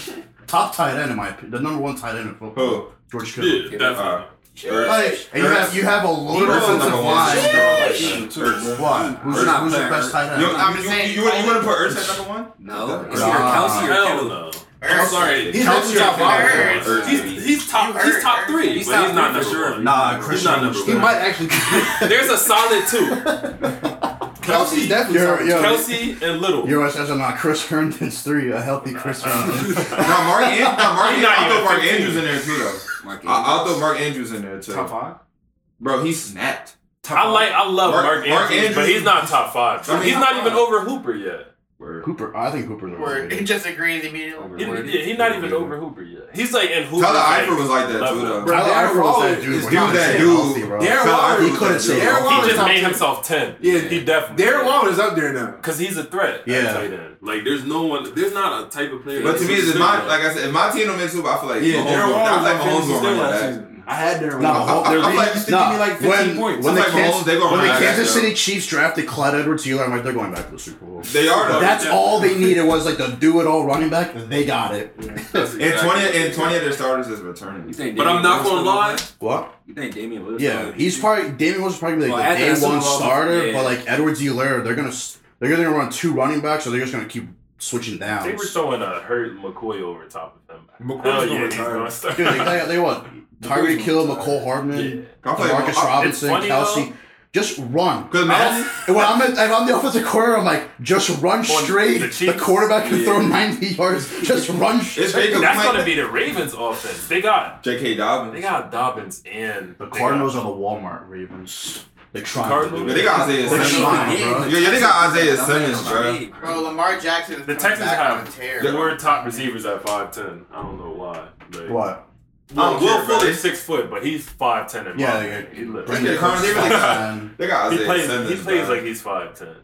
Speaker 1: top tight end in my opinion, the number one tight end in football,
Speaker 3: Who?
Speaker 1: George Kittle.
Speaker 5: Yeah, definitely.
Speaker 3: Uh,
Speaker 1: Like, and you have you have a loaded
Speaker 3: Earth's
Speaker 1: offensive
Speaker 3: number one.
Speaker 1: line.
Speaker 3: Earth's
Speaker 6: Shit.
Speaker 3: number one.
Speaker 1: What? Who's,
Speaker 4: Earth's not
Speaker 1: who's your
Speaker 4: playing
Speaker 1: best tight end?
Speaker 3: You,
Speaker 2: I'm
Speaker 3: you, you,
Speaker 2: saying-
Speaker 3: you, want, you want to put Ertz at number one?
Speaker 4: No, it's
Speaker 1: Nah.
Speaker 4: either Kelsey or
Speaker 5: Hell
Speaker 4: Kittle.
Speaker 5: no.
Speaker 3: Ertz,
Speaker 5: sorry.
Speaker 1: He's
Speaker 3: Ertz,
Speaker 1: Kelsey top five.
Speaker 3: Ertz.
Speaker 5: He's, he's top. He's top three.
Speaker 4: He's
Speaker 5: but
Speaker 4: top
Speaker 5: he's not
Speaker 4: three for
Speaker 5: number
Speaker 4: sure.
Speaker 5: one.
Speaker 1: Nah,
Speaker 5: he's not
Speaker 1: Christian.
Speaker 5: number
Speaker 6: He
Speaker 5: one.
Speaker 6: might actually.
Speaker 1: (laughs)
Speaker 5: There's a solid two. (laughs)
Speaker 6: Kelsey's definitely.
Speaker 1: You're,
Speaker 6: something.
Speaker 1: you're,
Speaker 5: Kelsey and Little.
Speaker 1: you're as on Chris Herndon's three, a healthy Chris (laughs) Herndon.
Speaker 3: No, Mark, An- no, Mark,
Speaker 5: He's
Speaker 3: An-
Speaker 5: not
Speaker 3: I'll throw
Speaker 5: even
Speaker 3: Mark
Speaker 5: 15.
Speaker 3: Andrews in there too, though.
Speaker 4: Mark
Speaker 3: I- I'll
Speaker 4: Andrews.
Speaker 3: throw Mark Andrews in there too.
Speaker 4: top five.
Speaker 3: Bro, he snapped.
Speaker 5: I like. I love
Speaker 3: Mark-
Speaker 5: Mark,
Speaker 3: Mark
Speaker 5: Andrews, but
Speaker 3: Andrews-
Speaker 5: he's not top five.
Speaker 3: I mean,
Speaker 5: he's not
Speaker 3: top
Speaker 5: even
Speaker 3: five.
Speaker 5: over Hooper yet.
Speaker 3: Word.
Speaker 1: Hooper, I think Hooper's the
Speaker 2: Where he
Speaker 1: right.
Speaker 2: (laughs) just agrees immediately.
Speaker 5: He,
Speaker 4: Word.
Speaker 5: yeah, he's not even over Hooper yet. He's like in Hooper.
Speaker 3: Tyler Eifert was like that too,
Speaker 5: level.
Speaker 3: though.
Speaker 6: Bro,
Speaker 1: Tyler
Speaker 6: Darren
Speaker 1: Eifert was
Speaker 6: Waller
Speaker 1: that dude.
Speaker 6: is
Speaker 1: when
Speaker 3: He
Speaker 1: he
Speaker 3: was
Speaker 1: was
Speaker 3: that
Speaker 1: healthy,
Speaker 3: dude.
Speaker 1: bro.
Speaker 6: Darren
Speaker 3: Tyler
Speaker 6: Waller-
Speaker 3: Eifert was
Speaker 1: couldn't
Speaker 3: that
Speaker 1: say
Speaker 3: dude.
Speaker 1: Darren
Speaker 5: He
Speaker 6: Waller-
Speaker 5: just made
Speaker 6: Yeah.
Speaker 5: himself ten.
Speaker 6: Yeah.
Speaker 5: he definitely.
Speaker 6: Darren Waller is up there now.
Speaker 5: Because he's a threat. at
Speaker 1: Yeah.
Speaker 5: tight end. Like, there's no one. There's not a type of player.
Speaker 3: But to
Speaker 5: that's
Speaker 3: me, it's
Speaker 5: a
Speaker 3: my
Speaker 5: superstar.
Speaker 3: like I said, if my team don't make Super, I feel like
Speaker 6: Yeah,
Speaker 3: Mahomes.
Speaker 6: Darren
Speaker 3: gonna- I
Speaker 6: Waller was
Speaker 3: feel like Mahomes
Speaker 6: still
Speaker 3: gonna run
Speaker 6: last
Speaker 3: that back.
Speaker 6: season. I had their
Speaker 1: Not a whole.
Speaker 6: I'm
Speaker 1: They're
Speaker 6: like,
Speaker 1: reading-
Speaker 6: you still
Speaker 1: nah,
Speaker 6: give me like 15
Speaker 1: when,
Speaker 6: points.
Speaker 1: When
Speaker 3: It's
Speaker 1: the,
Speaker 3: like Mahomes,
Speaker 1: Kansas,
Speaker 3: they gonna
Speaker 1: when the
Speaker 3: ride
Speaker 1: Kansas
Speaker 3: that,
Speaker 1: City
Speaker 3: though.
Speaker 1: Chiefs drafted Clyde Edwards Hilaire, I'm like, they're going back to the Super Bowl.
Speaker 3: They are though.
Speaker 1: That's all they needed was like the do it all running back. They got it.
Speaker 5: That's
Speaker 3: And
Speaker 5: exactly-
Speaker 3: twenty and twenty of their starters is returning.
Speaker 4: You think
Speaker 5: But
Speaker 4: Damian
Speaker 5: I'm not
Speaker 4: Lillard's
Speaker 5: gonna
Speaker 4: still on
Speaker 5: lie.
Speaker 4: that?
Speaker 1: What?
Speaker 4: You think Damian Lillard?
Speaker 1: Yeah, he's probably Damian Williams is probably gonna be like
Speaker 4: Well,
Speaker 1: the
Speaker 4: after
Speaker 1: day
Speaker 4: that Super
Speaker 1: one
Speaker 4: Bowl,
Speaker 1: starter,
Speaker 4: yeah.
Speaker 1: but like Edwards Hilaire, they're gonna s- they're gonna run two running backs, so they're just gonna keep switching down.
Speaker 5: They were throwing a hurt McCoy over top of him.
Speaker 6: McCoy's
Speaker 5: Hell
Speaker 6: gonna
Speaker 5: yeah, he's
Speaker 6: retire.
Speaker 5: gonna start.
Speaker 1: Dude,
Speaker 5: (laughs)
Speaker 1: they, they, they what? Tyreek Hill, McCole Hardman,
Speaker 3: I'm playing
Speaker 1: Marcus
Speaker 3: Mahomes.
Speaker 1: Robinson,
Speaker 5: funny,
Speaker 1: Kelsey.
Speaker 5: though.
Speaker 1: Just run.
Speaker 3: Because Mahomes,
Speaker 1: And when I'm, at, if I'm the offensive coordinator, I'm like, just run straight.
Speaker 5: the
Speaker 1: The,
Speaker 5: Chiefs?
Speaker 1: quarterback can
Speaker 4: Yeah.
Speaker 1: throw 90 yards. Just run
Speaker 3: it's
Speaker 1: straight.
Speaker 3: Jacob
Speaker 5: That's gonna
Speaker 3: Quinn,
Speaker 5: be the Ravens' offense. They got
Speaker 3: J.K.
Speaker 5: they
Speaker 3: Dobbins.
Speaker 5: got Dobbins and
Speaker 1: The
Speaker 5: they
Speaker 1: Cardinals are the Walmart Ravens. They try.
Speaker 5: Cardinals?
Speaker 3: Yeah, they got Isaiah
Speaker 1: They're
Speaker 3: Simmons.
Speaker 1: trying, bro.
Speaker 3: Yeah, yeah, they got Isaiah Simmons, bro.
Speaker 2: Bro, Lamar Jackson is
Speaker 5: The
Speaker 2: coming
Speaker 5: Texans
Speaker 2: back
Speaker 5: have-
Speaker 2: on a tear.
Speaker 5: got four top receivers at five ten. I don't know why. Like,
Speaker 1: What?
Speaker 3: Um, Will
Speaker 5: Will
Speaker 3: Fuller.
Speaker 5: Fuller's six foot, but he's five ten and
Speaker 1: Yeah,
Speaker 5: my
Speaker 1: they
Speaker 5: opinion. he, looks-
Speaker 3: Bring it. Cardinals, they really got- They got
Speaker 5: he
Speaker 3: Isaiah
Speaker 5: plays.
Speaker 3: Simmons.
Speaker 5: he plays
Speaker 3: bro.
Speaker 5: like he's five ten.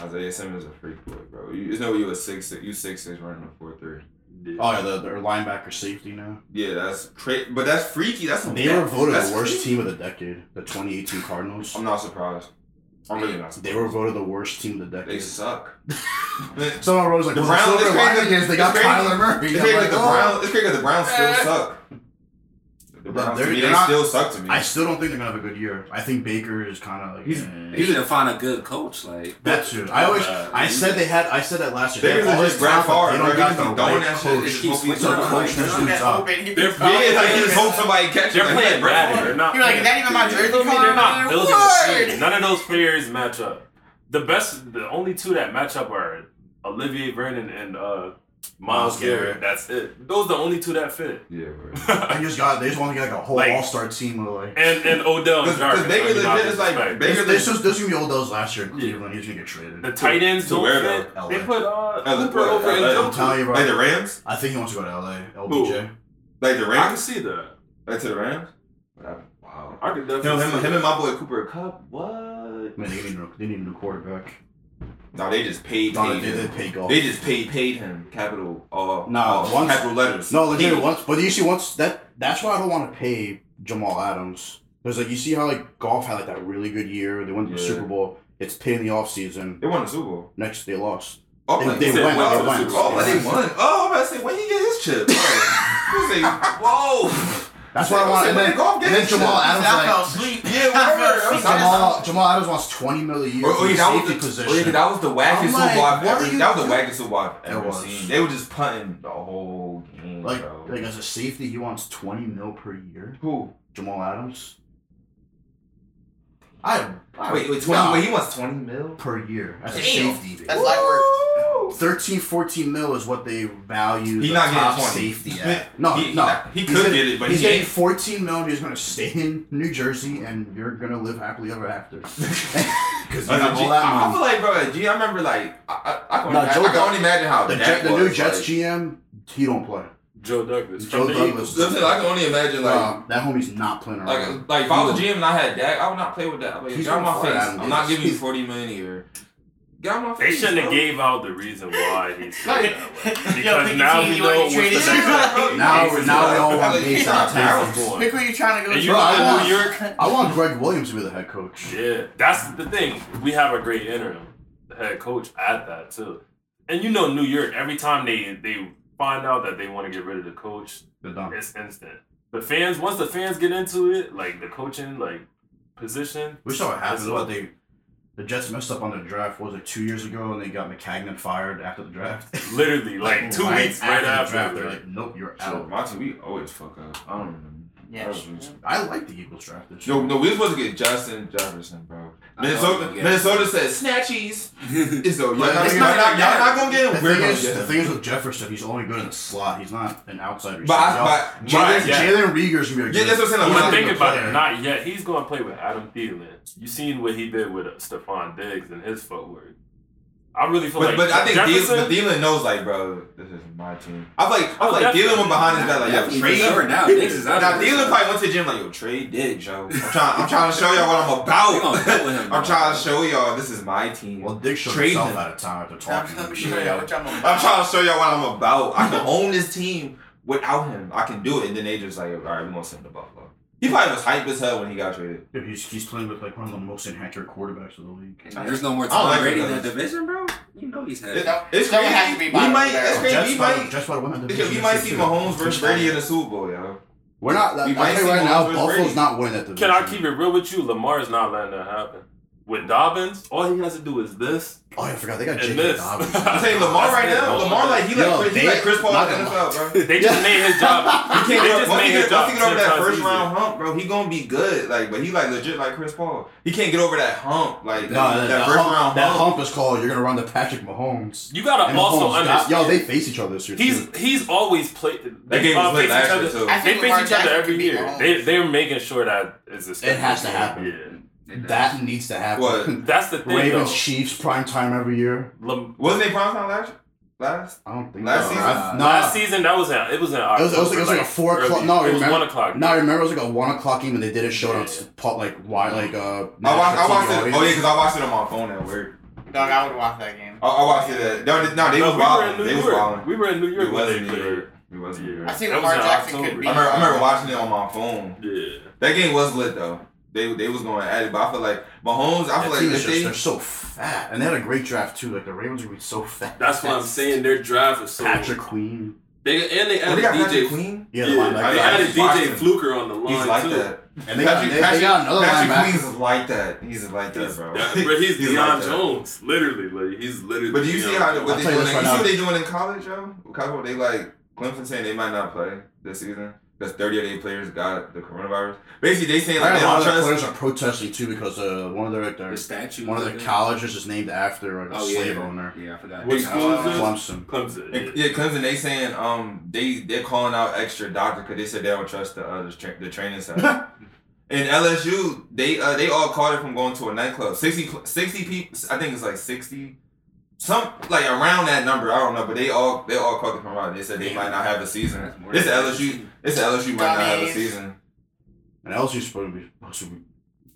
Speaker 3: Isaiah Simmons is a freak boy, bro. You, you know you a six, you six six running a four three.
Speaker 1: Oh, yeah, the, their linebacker safety now.
Speaker 3: Yeah, that's cra- but that's freaky. That's
Speaker 1: They were voted
Speaker 3: that's
Speaker 1: the worst
Speaker 3: freaky.
Speaker 1: team of the decade, the 2018 Cardinals.
Speaker 3: I'm not surprised. I'm really not. Surprised.
Speaker 1: They were voted the worst team of the
Speaker 3: They
Speaker 1: decade. (laughs)
Speaker 3: suck.
Speaker 1: Someone wrote like,
Speaker 3: The
Speaker 1: well, the
Speaker 3: Browns-
Speaker 1: silver
Speaker 3: it's crazy
Speaker 1: lining
Speaker 3: that-
Speaker 1: is they got
Speaker 3: it's crazy-
Speaker 1: Kyler Murray.
Speaker 3: It's
Speaker 1: I'm
Speaker 3: crazy
Speaker 1: like,
Speaker 3: that the
Speaker 1: oh.
Speaker 3: Browns. It's crazy that the Browns still
Speaker 2: Eh.
Speaker 3: suck. The Browns,
Speaker 1: They're-
Speaker 3: to me,
Speaker 1: they're
Speaker 3: they
Speaker 1: not-
Speaker 3: still suck to me.
Speaker 1: I still don't think they're gonna have a good year. I think Baker is kind of like
Speaker 3: He's-
Speaker 1: eh.
Speaker 4: He need to find a good coach. Like
Speaker 1: That's true. I always
Speaker 5: Uh,
Speaker 1: I said they had I said that last year. They
Speaker 3: Baker's
Speaker 1: have all
Speaker 3: just
Speaker 1: this
Speaker 3: Brad
Speaker 1: talent,
Speaker 3: Favre,
Speaker 1: but
Speaker 3: bro.
Speaker 1: They don't got the right
Speaker 3: He's just throwing that shit.
Speaker 1: coach.
Speaker 3: It's
Speaker 4: Keep
Speaker 3: just hoping
Speaker 4: switching
Speaker 1: So
Speaker 4: up.
Speaker 3: someone-
Speaker 1: coach this
Speaker 2: Like,
Speaker 1: dude's up.
Speaker 2: open, he
Speaker 5: They're
Speaker 2: was-
Speaker 3: Yeah, it's like you just hope somebody catches.
Speaker 5: They're playing
Speaker 3: Brad
Speaker 5: bad. They're not.
Speaker 2: You're like, is that even my jersey
Speaker 5: They're
Speaker 2: color?
Speaker 5: not building a
Speaker 2: Word!
Speaker 5: team. None of those players match up. The best, the only two that match up are Olivier Vernon and uh, Miles
Speaker 1: Miles
Speaker 5: Garrett.
Speaker 1: Garrett.
Speaker 5: That's it. Those are the only two that fit.
Speaker 3: Yeah, bro.
Speaker 1: I just got they just want to get like a whole
Speaker 5: Like-
Speaker 1: all star team with like
Speaker 5: And and Odell and
Speaker 3: Because
Speaker 5: Jarvis. I
Speaker 3: Baker
Speaker 5: mean, not
Speaker 3: legit is like
Speaker 5: disrespect.
Speaker 3: Baker.
Speaker 1: this, this
Speaker 3: legit-
Speaker 1: was this was gonna be Odell's last year in Cleveland. He's gonna get traded.
Speaker 5: the tight ends
Speaker 3: To
Speaker 5: don't
Speaker 3: where,
Speaker 5: fit.
Speaker 1: though?
Speaker 5: They
Speaker 1: LA.
Speaker 5: put uh,
Speaker 3: As a
Speaker 5: Cooper
Speaker 3: player,
Speaker 5: over
Speaker 3: LA.
Speaker 1: I'm
Speaker 5: and
Speaker 1: telling you, bro.
Speaker 3: Like the Rams.
Speaker 1: I think he wants to go to LA. LBJ.
Speaker 5: Who?
Speaker 3: Like the
Speaker 5: I can
Speaker 3: Rams.
Speaker 5: see that.
Speaker 3: Like to the Rams. Wow.
Speaker 5: I can
Speaker 3: Him,
Speaker 5: definitely
Speaker 3: him,
Speaker 5: see
Speaker 3: him
Speaker 5: that.
Speaker 3: and my boy Cooper Cup.
Speaker 1: Man,
Speaker 3: What?
Speaker 1: they need, a, they need a new quarterback.
Speaker 3: No, they just paid.
Speaker 1: No,
Speaker 3: paid
Speaker 1: they
Speaker 3: him.
Speaker 1: did pay golf.
Speaker 3: They just paid paid him capital. Uh,
Speaker 1: No,
Speaker 3: uh,
Speaker 1: once-
Speaker 3: capital letters.
Speaker 1: No, legit.
Speaker 3: Paid.
Speaker 1: Once, but you see, once that that's why I don't want to pay Jamal Adams. Because like you see how like golf had like that really good year. They went to the
Speaker 3: Yeah.
Speaker 1: Super Bowl. It's paid in the off season.
Speaker 3: They won the Super Bowl.
Speaker 1: Next they lost.
Speaker 3: Oh,
Speaker 1: They-
Speaker 3: like,
Speaker 1: they
Speaker 3: said
Speaker 1: went,
Speaker 3: went
Speaker 1: they
Speaker 3: to the
Speaker 1: went.
Speaker 3: Super Bowl. Oh, like,
Speaker 1: Yeah.
Speaker 3: they won. Oh, I'm about to say, when he get his chip? Oh. You say, (laughs) whoa.
Speaker 1: That's what I want. And
Speaker 3: When
Speaker 1: then,
Speaker 3: did golf get
Speaker 1: and then
Speaker 3: his
Speaker 1: Jamal
Speaker 3: chip?
Speaker 1: Adams
Speaker 2: I fell
Speaker 1: like
Speaker 2: asleep.
Speaker 1: (laughs)
Speaker 3: Yeah,
Speaker 2: I felt
Speaker 3: word. I was
Speaker 2: sick.
Speaker 1: Jamal, Jamal Adams wants twenty million a year
Speaker 3: Or,
Speaker 1: for
Speaker 3: or,
Speaker 1: the
Speaker 3: oh, yeah, that
Speaker 1: safety
Speaker 3: was the, or, yeah,
Speaker 1: position.
Speaker 3: that was the wackest
Speaker 1: I'm
Speaker 3: Super
Speaker 1: like,
Speaker 3: Bowl I've
Speaker 1: what are
Speaker 3: ever.
Speaker 1: you
Speaker 3: That was the
Speaker 1: doing?
Speaker 3: wackest Super Bowl I've
Speaker 1: It
Speaker 3: ever
Speaker 1: was.
Speaker 3: seen. They were just punting the whole game,
Speaker 1: Like,
Speaker 3: bro.
Speaker 1: like as a safety, he wants twenty mil per year.
Speaker 3: Who?
Speaker 1: Jamal Adams. I, I
Speaker 3: Wait, wait, twenty.
Speaker 1: nah,
Speaker 3: Wait, he wants twenty mil.
Speaker 1: per year as a
Speaker 2: Damn.
Speaker 1: safety.
Speaker 2: That's light
Speaker 1: (laughs)
Speaker 2: work.
Speaker 1: 13, 14 mil is what they value
Speaker 3: He's
Speaker 1: the
Speaker 3: not
Speaker 1: top
Speaker 3: getting 20.
Speaker 1: safety at. No,
Speaker 3: He- he
Speaker 1: no.
Speaker 3: not- he
Speaker 1: He's
Speaker 3: could
Speaker 1: gonna-
Speaker 3: get it, but
Speaker 1: he's
Speaker 3: he
Speaker 1: getting
Speaker 3: ain't.
Speaker 1: 14 mil and he's going to stay in New Jersey and you're going to live happily ever
Speaker 3: (laughs)
Speaker 1: after. Because you
Speaker 3: As a
Speaker 1: have
Speaker 3: G-
Speaker 1: all that
Speaker 3: I I
Speaker 1: money.
Speaker 3: feel like, bro, G, I remember, like, I, I, I, can,
Speaker 1: No,
Speaker 3: only, I,
Speaker 1: Joe
Speaker 3: I can
Speaker 1: Doug-
Speaker 3: only imagine how
Speaker 1: The,
Speaker 3: that
Speaker 1: Jet, the
Speaker 3: was,
Speaker 1: new Jets
Speaker 3: like,
Speaker 1: GM, he don't play.
Speaker 5: Joe Douglas.
Speaker 1: Joe
Speaker 5: From the Eagles.
Speaker 3: (laughs)
Speaker 1: Douglas.
Speaker 3: That's it, I can only imagine, like,
Speaker 1: Nah, Um, that homie's not playing around.
Speaker 3: Like, like if I was a GM and I had Dak, I would not play with that. Like,
Speaker 1: He's
Speaker 3: get out my
Speaker 1: gonna
Speaker 3: face.
Speaker 1: fire Adam
Speaker 3: I'm not
Speaker 1: Davis. (laughs)
Speaker 3: giving you forty million a year. Get out my
Speaker 5: They
Speaker 3: face.
Speaker 5: shouldn't have
Speaker 3: bro. (laughs)
Speaker 5: gave out the reason why he
Speaker 2: Yo,
Speaker 5: said (laughs) that.
Speaker 2: pick
Speaker 5: Because
Speaker 2: a
Speaker 5: now
Speaker 2: team
Speaker 5: we
Speaker 2: you want
Speaker 5: know
Speaker 2: to
Speaker 5: what's the
Speaker 2: trade
Speaker 5: next
Speaker 2: in. (laughs)
Speaker 5: step.
Speaker 1: now, we- now we all want
Speaker 3: Like,
Speaker 1: Bates out of
Speaker 3: terrible.
Speaker 1: Texas.
Speaker 2: Pick who you trying to go
Speaker 5: And
Speaker 2: to.
Speaker 5: you
Speaker 1: Bro, I
Speaker 5: know
Speaker 1: want-
Speaker 5: New York.
Speaker 1: I want Greg Williams to be the head coach.
Speaker 5: Yeah, that's the thing. We have a great interim head coach at that too, and you know New York. Every time they they find out that they want to get rid of the coach,
Speaker 1: They're done.
Speaker 5: it's instant. The fans, once the fans get into it, like the coaching, like position,
Speaker 1: We saw what happened.
Speaker 5: That's
Speaker 1: What
Speaker 5: what-
Speaker 1: they, the Jets messed up on their draft. What was it two years ago, and they got McCagnon fired after the
Speaker 3: (laughs)
Speaker 1: draft.
Speaker 5: literally like two
Speaker 1: Right
Speaker 5: weeks right
Speaker 1: the
Speaker 5: after.
Speaker 1: they're
Speaker 5: like,
Speaker 1: like, nope, you're
Speaker 3: Yo,
Speaker 1: out.
Speaker 3: my team, we always fuck up. I don't even.
Speaker 2: (laughs) Yeah,
Speaker 3: Yes.
Speaker 2: sure.
Speaker 1: I like the Eagles draft this year.
Speaker 3: No, no, we supposed to get Justin Jefferson, bro.
Speaker 4: I know,
Speaker 3: Minnesota,
Speaker 4: yeah.
Speaker 3: Minnesota says snatchies. It's so y'all
Speaker 1: But
Speaker 3: not,
Speaker 1: it's
Speaker 3: y'all
Speaker 1: not-
Speaker 3: not, y'all not gonna get
Speaker 1: The
Speaker 3: him. We're
Speaker 1: thing,
Speaker 3: gonna
Speaker 1: is,
Speaker 3: get
Speaker 1: the
Speaker 3: him.
Speaker 1: thing is with Jefferson, he's only good in the slot. He's not an outside receiver.
Speaker 3: But I-
Speaker 1: Y'all-
Speaker 3: but-
Speaker 1: Jalen,
Speaker 5: right, yeah.
Speaker 1: Jalen Rieger's gonna be a good.
Speaker 3: Yeah, that's what I'm saying, like,
Speaker 5: But
Speaker 3: when I
Speaker 5: think
Speaker 1: good
Speaker 5: about
Speaker 1: player.
Speaker 5: it, not yet. He's gonna play with Adam Thielen. You seen what he did with Stephon Diggs and his footwork. I really feel
Speaker 3: But,
Speaker 5: like
Speaker 3: but I think Thielen,
Speaker 5: Jefferson,
Speaker 3: but Thielen knows, like, bro, this is my team. I feel like, I
Speaker 5: Oh,
Speaker 3: feel like Thielen
Speaker 5: definitely.
Speaker 3: went behind his back, like, yo, trade him.
Speaker 4: Sure, now Diggs is out.
Speaker 3: Now
Speaker 4: of it.
Speaker 3: Thielen probably went to the gym like, yo, trade Diggs, yo. I'm trying, I'm trying to show y'all what I'm
Speaker 4: They gonna
Speaker 3: about.
Speaker 4: bet with
Speaker 3: (laughs)
Speaker 4: him,
Speaker 3: I'm
Speaker 4: bro.
Speaker 3: trying to show y'all this is my team.
Speaker 1: Well, Dick showed
Speaker 3: Trade
Speaker 1: himself
Speaker 3: him.
Speaker 1: out of time after talking.
Speaker 2: Let me show you what y'all
Speaker 3: I'm trying to show y'all what I'm about. I can own this team without him. I can do it. And then they just like, all right, we're gonna send him to Buffalo. He probably was hype as hell when he got traded.
Speaker 1: Yeah, he's, he's playing with like one of the most inaccurate quarterbacks of the league.
Speaker 4: And there's no more
Speaker 3: I
Speaker 4: Tom
Speaker 3: like
Speaker 4: Brady
Speaker 3: it,
Speaker 4: in the
Speaker 3: though.
Speaker 4: division, bro. You know he's
Speaker 3: It-
Speaker 4: heavy.
Speaker 3: It's
Speaker 2: Someone
Speaker 3: crazy.
Speaker 2: has to be
Speaker 3: We
Speaker 2: bottom
Speaker 3: might.
Speaker 2: of the
Speaker 3: It's
Speaker 2: barrel.
Speaker 3: crazy. We
Speaker 1: Jets probably-
Speaker 3: might.
Speaker 1: Jets probably won that
Speaker 3: Because
Speaker 1: division
Speaker 3: we
Speaker 1: this
Speaker 3: might
Speaker 1: year,
Speaker 3: see
Speaker 1: too.
Speaker 3: Mahomes versus Brady in the Super Bowl, yo.
Speaker 1: We're not.
Speaker 3: We
Speaker 1: I
Speaker 3: might
Speaker 1: tell you
Speaker 3: see
Speaker 1: right now,
Speaker 3: Mahomes versus
Speaker 1: Buffalo's
Speaker 3: Brady.
Speaker 1: not winning that division.
Speaker 5: Can I keep it real with you? Lamar's not letting that happen. With Dobbins, all he has to do is this
Speaker 1: Oh, I forgot they got
Speaker 5: and
Speaker 1: J.K.
Speaker 5: this.
Speaker 1: Dobbins.
Speaker 3: I'm saying Lamar
Speaker 5: That's
Speaker 3: right
Speaker 5: it,
Speaker 3: now.
Speaker 5: bro.
Speaker 3: Lamar like he like
Speaker 1: Yo,
Speaker 3: Chris,
Speaker 1: they-
Speaker 3: he like Chris Paul
Speaker 1: not
Speaker 3: in the
Speaker 1: gonna-
Speaker 3: NFL, bro. (laughs)
Speaker 5: They just made his job.
Speaker 3: He can't
Speaker 5: They
Speaker 3: get
Speaker 5: just
Speaker 3: once he
Speaker 5: made his
Speaker 3: get, once
Speaker 5: job
Speaker 3: he get over
Speaker 5: 10
Speaker 3: that
Speaker 5: times
Speaker 3: first
Speaker 5: easier.
Speaker 3: round hump, bro, he gonna be good. Like, but he like legit like Chris Paul. He can't get over that hump, like
Speaker 1: No,
Speaker 3: that,
Speaker 1: that,
Speaker 3: first
Speaker 1: hump,
Speaker 3: round
Speaker 1: that
Speaker 3: hump.
Speaker 1: hump is called. You're gonna run to Patrick Mahomes.
Speaker 5: You gotta
Speaker 1: And
Speaker 5: also
Speaker 1: Mahomes got-
Speaker 5: understand.
Speaker 1: Yo, they face each other this year. too.
Speaker 5: He's he's always played.
Speaker 3: That
Speaker 5: They
Speaker 3: game was
Speaker 5: all
Speaker 3: lit
Speaker 5: face each
Speaker 3: last year
Speaker 5: other.
Speaker 3: too.
Speaker 2: I
Speaker 5: They
Speaker 2: think
Speaker 5: face
Speaker 2: Lamar
Speaker 5: each other
Speaker 2: Jackson
Speaker 5: every
Speaker 2: beat
Speaker 5: year.
Speaker 2: Mahomes.
Speaker 5: They they're making sure that is a
Speaker 1: It has to happen.
Speaker 4: It
Speaker 1: That needs to happen.
Speaker 5: Yeah.
Speaker 3: What?
Speaker 5: That's the thing.
Speaker 1: Ravens,
Speaker 5: though.
Speaker 1: Chiefs, prime time every year.
Speaker 5: Lam-
Speaker 3: Wasn't they prime time last? Last?
Speaker 1: I don't think
Speaker 3: Last
Speaker 1: so.
Speaker 3: season?
Speaker 1: I- nah.
Speaker 5: Last season that was in, it was in
Speaker 1: It was, it was, it was like a
Speaker 5: October,
Speaker 1: four o'clock.
Speaker 5: early.
Speaker 1: No,
Speaker 5: it was
Speaker 1: remember,
Speaker 5: one o'clock.
Speaker 1: No, I remember it was like a one o'clock game, and they did a show on
Speaker 5: Yeah.
Speaker 1: pop like why like uh.
Speaker 3: I watched. I
Speaker 1: national
Speaker 3: watched
Speaker 1: TV
Speaker 3: it.
Speaker 1: audience.
Speaker 3: Oh yeah, because I watched it on my phone at work.
Speaker 2: Dog, I would watch that game.
Speaker 3: I, I watched it. At, no, they- no, they
Speaker 5: No,
Speaker 3: was
Speaker 5: we were in
Speaker 3: wilding.
Speaker 5: New
Speaker 3: They was
Speaker 5: York.
Speaker 3: wilding.
Speaker 5: We were in New
Speaker 3: It
Speaker 5: York when they
Speaker 3: wasn't New
Speaker 5: played.
Speaker 3: York. It wasn't New
Speaker 5: Yeah.
Speaker 3: York.
Speaker 2: I
Speaker 3: I
Speaker 2: think
Speaker 5: That was
Speaker 2: Lamar
Speaker 5: in
Speaker 2: Jackson could
Speaker 5: October.
Speaker 2: be.
Speaker 3: remember. I remember watching it on my phone.
Speaker 5: Yeah.
Speaker 3: That game was lit though. They they was going at it, but I feel like Mahomes. I
Speaker 1: That team
Speaker 3: feel like
Speaker 1: is
Speaker 3: if
Speaker 1: just,
Speaker 3: they
Speaker 1: they're so fat, and they had a great draft too. Like the Ravens would be so fat.
Speaker 5: That's what I'm saying. Their draft is so.
Speaker 1: Patrick Queen.
Speaker 5: They and they
Speaker 3: Well, they
Speaker 5: added
Speaker 3: got
Speaker 5: DJ.
Speaker 3: Patrick Queen.
Speaker 1: Yeah, the
Speaker 5: Yeah,
Speaker 1: linebacker.
Speaker 5: they
Speaker 3: I
Speaker 5: added
Speaker 3: just watched
Speaker 5: DJ
Speaker 3: him.
Speaker 5: Fluker on the line
Speaker 3: He's like
Speaker 5: too.
Speaker 3: that.
Speaker 1: And they got- they- they got another
Speaker 3: Patrick
Speaker 1: linebacker.
Speaker 3: Queen's is like that. He's like that,
Speaker 5: He's,
Speaker 3: bro.
Speaker 5: that- bro,
Speaker 3: (laughs)
Speaker 5: he's, Deion
Speaker 3: like that.
Speaker 5: Jones, literally. Like he's literally.
Speaker 3: But do you see
Speaker 5: Deion
Speaker 3: how
Speaker 5: Jones.
Speaker 3: what
Speaker 1: I'll
Speaker 3: they
Speaker 1: tell you
Speaker 3: doing?
Speaker 1: this right
Speaker 3: in- you see
Speaker 1: now.
Speaker 3: what they doing in college, yo? College, they like Clemson saying they might not play this season because thirty of their players got the coronavirus. Basically, they saying like
Speaker 1: I
Speaker 3: they
Speaker 1: heard a lot
Speaker 3: don't
Speaker 1: of their players
Speaker 3: trust.
Speaker 1: are protesting too because uh, one of their, like, their
Speaker 4: The statue.
Speaker 1: one of their colleges is named after like, a
Speaker 4: Oh, yeah.
Speaker 1: slave owner,
Speaker 4: Yeah, I forgot.
Speaker 5: Which
Speaker 4: Uh,
Speaker 5: school is this?
Speaker 1: Clemson.
Speaker 5: Clemson. yeah.
Speaker 3: Yeah, Clemson. They saying um they they're calling out extra doctor because they said they don't trust the uh, the, tra- the
Speaker 1: (laughs)
Speaker 3: training side. In LSU, they uh, they all caught it from going to a nightclub. 60, cl- 60 people, I think it's like sixty, some like around that number. I don't know, but they all they all caught it from out. They said they might not have a season.
Speaker 4: That's more
Speaker 3: It's
Speaker 4: than-
Speaker 3: LSU. It's LSU might not have a
Speaker 2: Dummies.
Speaker 3: season.
Speaker 1: And LSU's supposed to be supposed to be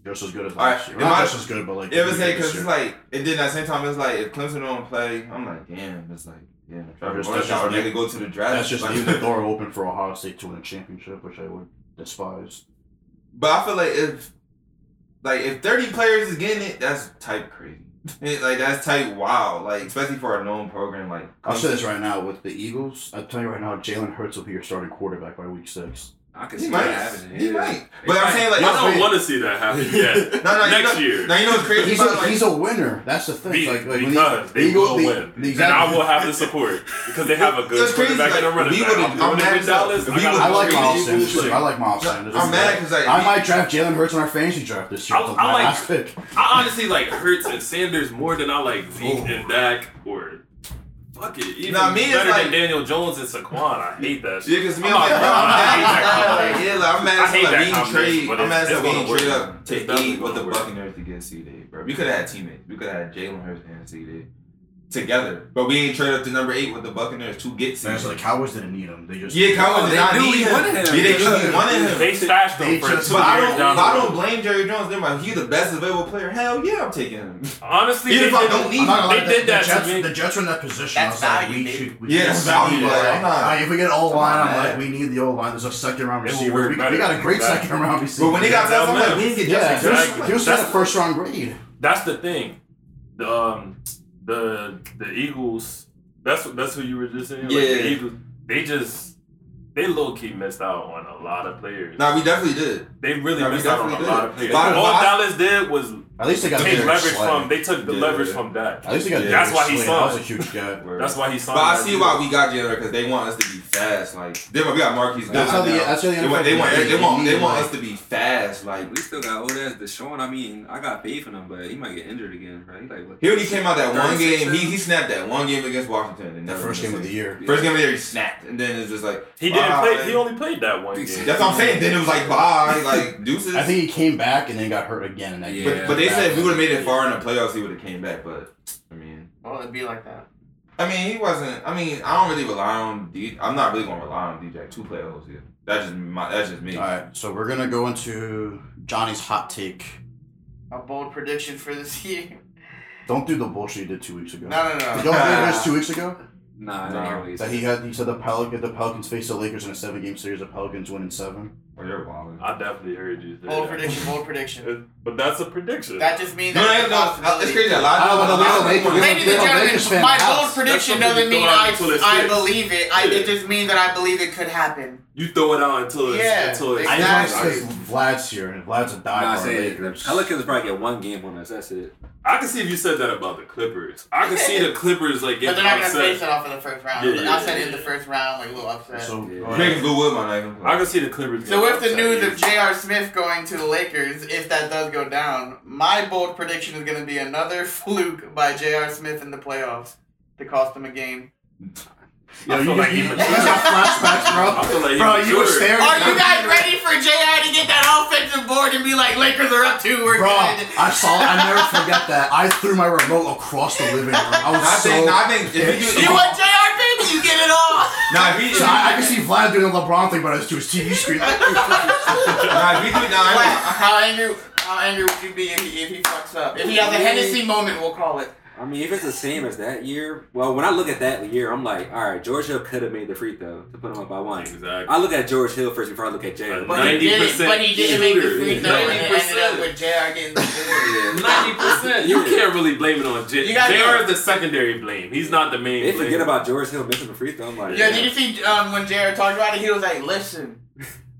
Speaker 1: just as good as
Speaker 3: All right,
Speaker 1: last year.
Speaker 3: am
Speaker 1: Not
Speaker 3: I-
Speaker 1: just as good, but like
Speaker 3: It was
Speaker 1: good
Speaker 3: like,
Speaker 1: this
Speaker 3: cause
Speaker 1: year.
Speaker 3: it's like, and then at the same time, it's like, if Clemson don't play, I'm like, damn, it's like, yeah, Trevor
Speaker 1: That's
Speaker 3: Lawrence
Speaker 1: just-
Speaker 3: or they could go to the draft.
Speaker 1: that's just
Speaker 3: Like,
Speaker 1: leaving the
Speaker 3: (laughs)
Speaker 1: door open for Ohio State to win a championship, which I would despise.
Speaker 3: But I feel like if, like, if 30 players is getting it, that's type crazy. (laughs) It- like that's type wow. Like especially for a known program like.
Speaker 1: I'll say
Speaker 3: Clemson.
Speaker 1: this right now with the Eagles. I'll tell you right now, Jalen Hurts will be your starting quarterback by week six.
Speaker 4: I can
Speaker 3: He
Speaker 4: see
Speaker 3: might.
Speaker 4: that happening.
Speaker 3: He
Speaker 4: yeah.
Speaker 3: might.
Speaker 4: They
Speaker 3: But I'm
Speaker 4: might.
Speaker 3: saying like,
Speaker 5: I don't
Speaker 3: it's- (laughs)
Speaker 5: want to see that (laughs) happen yet.
Speaker 3: No, no,
Speaker 5: Next
Speaker 3: you know,
Speaker 5: year.
Speaker 3: Now you know what's crazy.
Speaker 1: He's
Speaker 3: about,
Speaker 1: a,
Speaker 3: like,
Speaker 1: he's a winner. That's the thing.
Speaker 5: Be-
Speaker 1: like, like when
Speaker 5: because
Speaker 1: the-
Speaker 5: they
Speaker 1: Eagles-
Speaker 5: will
Speaker 1: the-
Speaker 5: win,
Speaker 1: the-
Speaker 5: and I will have the support because they have a
Speaker 3: That's
Speaker 5: good
Speaker 3: crazy,
Speaker 5: quarterback and a
Speaker 3: like,
Speaker 5: running
Speaker 3: we
Speaker 5: back.
Speaker 3: would've-
Speaker 5: I'm
Speaker 3: I'm
Speaker 5: doing it
Speaker 3: mad
Speaker 5: in
Speaker 3: as hell.
Speaker 5: Dallas.
Speaker 3: We
Speaker 5: got
Speaker 3: would've-
Speaker 1: I like
Speaker 5: the
Speaker 1: Miles
Speaker 5: Eagles,
Speaker 1: Sanders.
Speaker 5: like,
Speaker 1: too. I like Miles
Speaker 3: No,
Speaker 1: Sanders.
Speaker 3: I'm mad because like
Speaker 1: I might draft Jalen Hurts in our fantasy draft this year.
Speaker 5: I-
Speaker 1: That's
Speaker 5: I
Speaker 1: my
Speaker 5: like-
Speaker 1: last pick.
Speaker 5: I honestly like Hurts and Sanders more than I like Zeke and Dak or fuck it. Even
Speaker 3: Oh. Nah, me, it's
Speaker 5: better
Speaker 3: like-
Speaker 5: than Daniel Jones and Saquon. I hate that
Speaker 3: Yeah,
Speaker 5: shit.
Speaker 3: because me,
Speaker 5: I'm
Speaker 3: I'm, like,
Speaker 5: not-
Speaker 3: bro,
Speaker 5: I'm not-
Speaker 3: I'm
Speaker 5: I hate
Speaker 3: mad.
Speaker 5: that combination.
Speaker 3: Yeah, like, I'm
Speaker 5: I
Speaker 3: mad. at
Speaker 5: hate that
Speaker 3: like, being
Speaker 5: combination,
Speaker 3: trade.
Speaker 5: but
Speaker 3: I'm
Speaker 5: it's-
Speaker 3: mad
Speaker 5: it's
Speaker 3: at being
Speaker 5: gonna work.
Speaker 3: trade up
Speaker 5: It's
Speaker 3: to
Speaker 5: definitely
Speaker 3: eat with
Speaker 5: gonna
Speaker 3: the
Speaker 5: work.
Speaker 3: Buccaneers to get C Day, bro. We could have had teammates. We could have had Jalen Hurts and C Day together, but we ain't trade up to number eight with the Buccaneers to get C
Speaker 1: Man, so the
Speaker 3: Day.
Speaker 1: Cowboys didn't need him. They just
Speaker 3: Yeah, Cowboys
Speaker 4: They
Speaker 3: did not
Speaker 4: knew
Speaker 3: need
Speaker 4: he
Speaker 3: him.
Speaker 4: wanted him.
Speaker 3: Yeah, they knew he wanted him.
Speaker 5: They stashed them
Speaker 1: They
Speaker 5: for
Speaker 1: just-
Speaker 5: two
Speaker 3: But I
Speaker 5: years
Speaker 3: don't,
Speaker 5: down
Speaker 3: but I
Speaker 5: the
Speaker 3: don't
Speaker 5: road.
Speaker 3: blame Jerry Jones. They're like, he's the best available player. Hell yeah, I'm taking him. (laughs)
Speaker 5: Honestly,
Speaker 3: Even
Speaker 5: they
Speaker 3: if I
Speaker 5: did-
Speaker 3: don't need
Speaker 1: I'm not
Speaker 3: him.
Speaker 1: gonna lie,
Speaker 5: They did
Speaker 1: the,
Speaker 5: that
Speaker 1: the
Speaker 5: to
Speaker 1: Jets,
Speaker 5: me.
Speaker 1: The Jets were in that position. I was
Speaker 2: That's
Speaker 1: like,
Speaker 2: value,
Speaker 1: we
Speaker 2: dude.
Speaker 1: should. We
Speaker 3: Yeah,
Speaker 1: should
Speaker 3: that's
Speaker 1: get
Speaker 3: value,
Speaker 1: somebody
Speaker 3: bro.
Speaker 1: there.
Speaker 3: I'm not-
Speaker 1: Like, if we get old
Speaker 3: I'm
Speaker 1: line,
Speaker 3: not
Speaker 1: I'm like,
Speaker 3: mad.
Speaker 1: we need the old line. There's a second round
Speaker 5: It will
Speaker 1: receiver.
Speaker 5: work
Speaker 1: We, we
Speaker 5: better.
Speaker 1: got a great
Speaker 5: Exactly.
Speaker 1: second round receiver.
Speaker 3: But when they got that, I'm like, we didn't get
Speaker 1: yeah,
Speaker 3: Justin.
Speaker 5: Exactly.
Speaker 3: Jefferson.
Speaker 1: he was
Speaker 5: That's-
Speaker 1: a first round grade.
Speaker 5: That's the thing. The um, the the Eagles. That's what that's what you were just saying. Like,
Speaker 3: Yeah.
Speaker 5: the Eagles. They just they low key missed out on a lot of players.
Speaker 3: Nah, we definitely did.
Speaker 5: They really
Speaker 3: Nah, we
Speaker 5: missed out on a
Speaker 3: definitely
Speaker 5: lot
Speaker 3: did.
Speaker 5: of players.
Speaker 3: But-
Speaker 5: All
Speaker 3: but I-
Speaker 5: Dallas did was
Speaker 1: At least they got
Speaker 5: take
Speaker 1: Derek
Speaker 5: leverage
Speaker 1: Slay.
Speaker 5: from. They took the
Speaker 3: Yeah.
Speaker 5: leverage from that.
Speaker 1: At least they got.
Speaker 3: Yeah.
Speaker 1: Derek
Speaker 5: That's why he
Speaker 1: Slay.
Speaker 5: signed.
Speaker 1: That was a huge guy.
Speaker 5: That's why he signed.
Speaker 3: But I
Speaker 5: that
Speaker 3: see
Speaker 5: deal.
Speaker 3: why we got Jalen because they want us to be fast. Like they want, we got Marquise.
Speaker 1: That's how
Speaker 3: Goodwin
Speaker 1: the-
Speaker 3: now.
Speaker 1: that's how the
Speaker 3: they want.
Speaker 1: NFL
Speaker 3: They want.
Speaker 1: is.
Speaker 3: They want, they
Speaker 1: You
Speaker 3: want
Speaker 1: need,
Speaker 3: us to be fast. Like
Speaker 4: We still got old ass Deshaun. I mean, I got faith in him, but he might get injured again, right? Like, what?
Speaker 3: he only came out that one
Speaker 4: 36
Speaker 3: game. He
Speaker 4: now?
Speaker 3: he snapped that one game against Washington. And
Speaker 1: That
Speaker 3: never
Speaker 1: first game of the
Speaker 3: missed
Speaker 1: year.
Speaker 3: it. First game of the year, he snapped, and then it's just like
Speaker 5: he didn't
Speaker 3: wow,
Speaker 5: play.
Speaker 3: like-
Speaker 5: He only played that one game.
Speaker 3: That's what I'm saying. Then it was like bye, like deuces.
Speaker 1: I think he came back and then got hurt again. in that
Speaker 4: Yeah.
Speaker 3: but,
Speaker 1: game.
Speaker 3: but they said if we would have made it far in the playoffs, he would have came back. But I mean,
Speaker 2: Well, it'd be like that.
Speaker 3: I mean, he wasn't. I mean, I don't really rely on D. I'm not really gonna rely on DJ. Two playoffs here. That's just my. That's just me.
Speaker 1: All right, so we're gonna go into Johnny's hot take.
Speaker 2: A bold prediction for this (laughs) year.
Speaker 1: Don't do the bullshit you did two weeks ago.
Speaker 2: No, no,
Speaker 1: Did
Speaker 2: no.
Speaker 1: y'all hear this two weeks ago?
Speaker 4: Nah,
Speaker 3: Nah.
Speaker 4: nah.
Speaker 1: That he had he said the Pelican the Pelicans faced the Lakers in a seven game series. The Pelicans win in seven.
Speaker 3: Or you're wilding.
Speaker 5: I definitely heard you. say
Speaker 2: Bold
Speaker 5: that.
Speaker 2: prediction, bold prediction.
Speaker 5: It- (laughs) But that's a
Speaker 2: (laughs)
Speaker 5: prediction.
Speaker 2: That just means
Speaker 3: No,
Speaker 2: that
Speaker 3: no, no, no. It's crazy. A lot
Speaker 1: I don't
Speaker 3: of
Speaker 1: know, we don't make
Speaker 3: people.
Speaker 1: it.
Speaker 2: Ladies
Speaker 1: They
Speaker 2: and
Speaker 1: don't make us
Speaker 2: gentlemen,
Speaker 1: fan
Speaker 2: my
Speaker 1: house.
Speaker 2: bold prediction
Speaker 5: That's something
Speaker 2: doesn't
Speaker 5: you
Speaker 2: mean
Speaker 5: throw out
Speaker 2: I,
Speaker 5: until it's
Speaker 2: I
Speaker 5: fixed.
Speaker 2: believe it. I,
Speaker 5: Yeah.
Speaker 2: It just means that I believe it could happen.
Speaker 5: you throw it out until it's
Speaker 2: Yeah,
Speaker 5: until it's.
Speaker 1: I
Speaker 2: exactly.
Speaker 1: just want to say Vlad's here, and Vlad's a
Speaker 4: Nah, I
Speaker 1: diehard
Speaker 4: say the
Speaker 1: Lakers.
Speaker 4: Pelicans probably get one game on us. That's it.
Speaker 5: I can see if you said that about the Clippers. I can see
Speaker 2: (laughs)
Speaker 5: the Clippers like
Speaker 2: But they're
Speaker 5: getting
Speaker 2: not going to
Speaker 5: upset.
Speaker 2: face it off in the first round.
Speaker 5: Yeah,
Speaker 2: Like,
Speaker 5: yeah,
Speaker 2: I said
Speaker 5: yeah,
Speaker 2: in the
Speaker 5: yeah.
Speaker 2: first round, like a little upset. So,
Speaker 1: So,
Speaker 4: Yeah.
Speaker 1: all right.
Speaker 3: Making blue wood, my nigga.
Speaker 5: I can see the Clippers.
Speaker 2: with the
Speaker 5: getting
Speaker 2: news
Speaker 5: upset.
Speaker 2: of J.R. Smith going to the Lakers, if that does go down, my bold prediction is going to be another (laughs) fluke by J.R. Smith in the playoffs to cost him a game.
Speaker 1: Yo, you,
Speaker 5: I feel like
Speaker 1: you,
Speaker 5: he
Speaker 1: you
Speaker 5: matured.
Speaker 1: got flashbacks,
Speaker 5: (laughs) I
Speaker 1: bro.
Speaker 5: feel like he
Speaker 1: Bro, you were
Speaker 5: matured. (laughs)
Speaker 1: staring.
Speaker 2: Are you guys ready for J.R. to get that offensive board and be like, Lakers are up two, we're
Speaker 1: Bro,
Speaker 2: good?
Speaker 1: I saw. I never forget that. I threw my remote across the living room. I was
Speaker 3: I
Speaker 1: so.
Speaker 3: think, I think if you,
Speaker 2: You want JR Pitt? You get it
Speaker 5: (laughs)
Speaker 2: all.
Speaker 3: nah, if you,
Speaker 1: So I, I can see Vlad doing a LeBron thing, but it's to his TV screen.
Speaker 3: nah, if you do,
Speaker 2: Wow,
Speaker 3: nah, I
Speaker 2: how angry, how angry would you be if he, if he fucks up? If he has a Hennessy moment, we'll call it.
Speaker 4: I mean, if it's the same as that year, well, when I look at that year, I'm like, all right, George Hill could have made the free throw to put him up by one.
Speaker 5: Exactly.
Speaker 4: I look at George Hill first before I look at Jay.
Speaker 5: Right.
Speaker 2: But he didn't.
Speaker 5: 90%
Speaker 2: But he didn't make the free throw, and it ended
Speaker 5: 90%.
Speaker 2: up with JR getting (laughs) the board.
Speaker 5: Ninety percent. You can't really blame it on J.
Speaker 2: You gotta-
Speaker 5: JR is the secondary blame. He's not the main.
Speaker 4: They
Speaker 5: blame.
Speaker 4: forget about George Hill missing the free throw. I'm like,
Speaker 2: Yeah, did you see um, when JR talked about it? He was like, "Listen,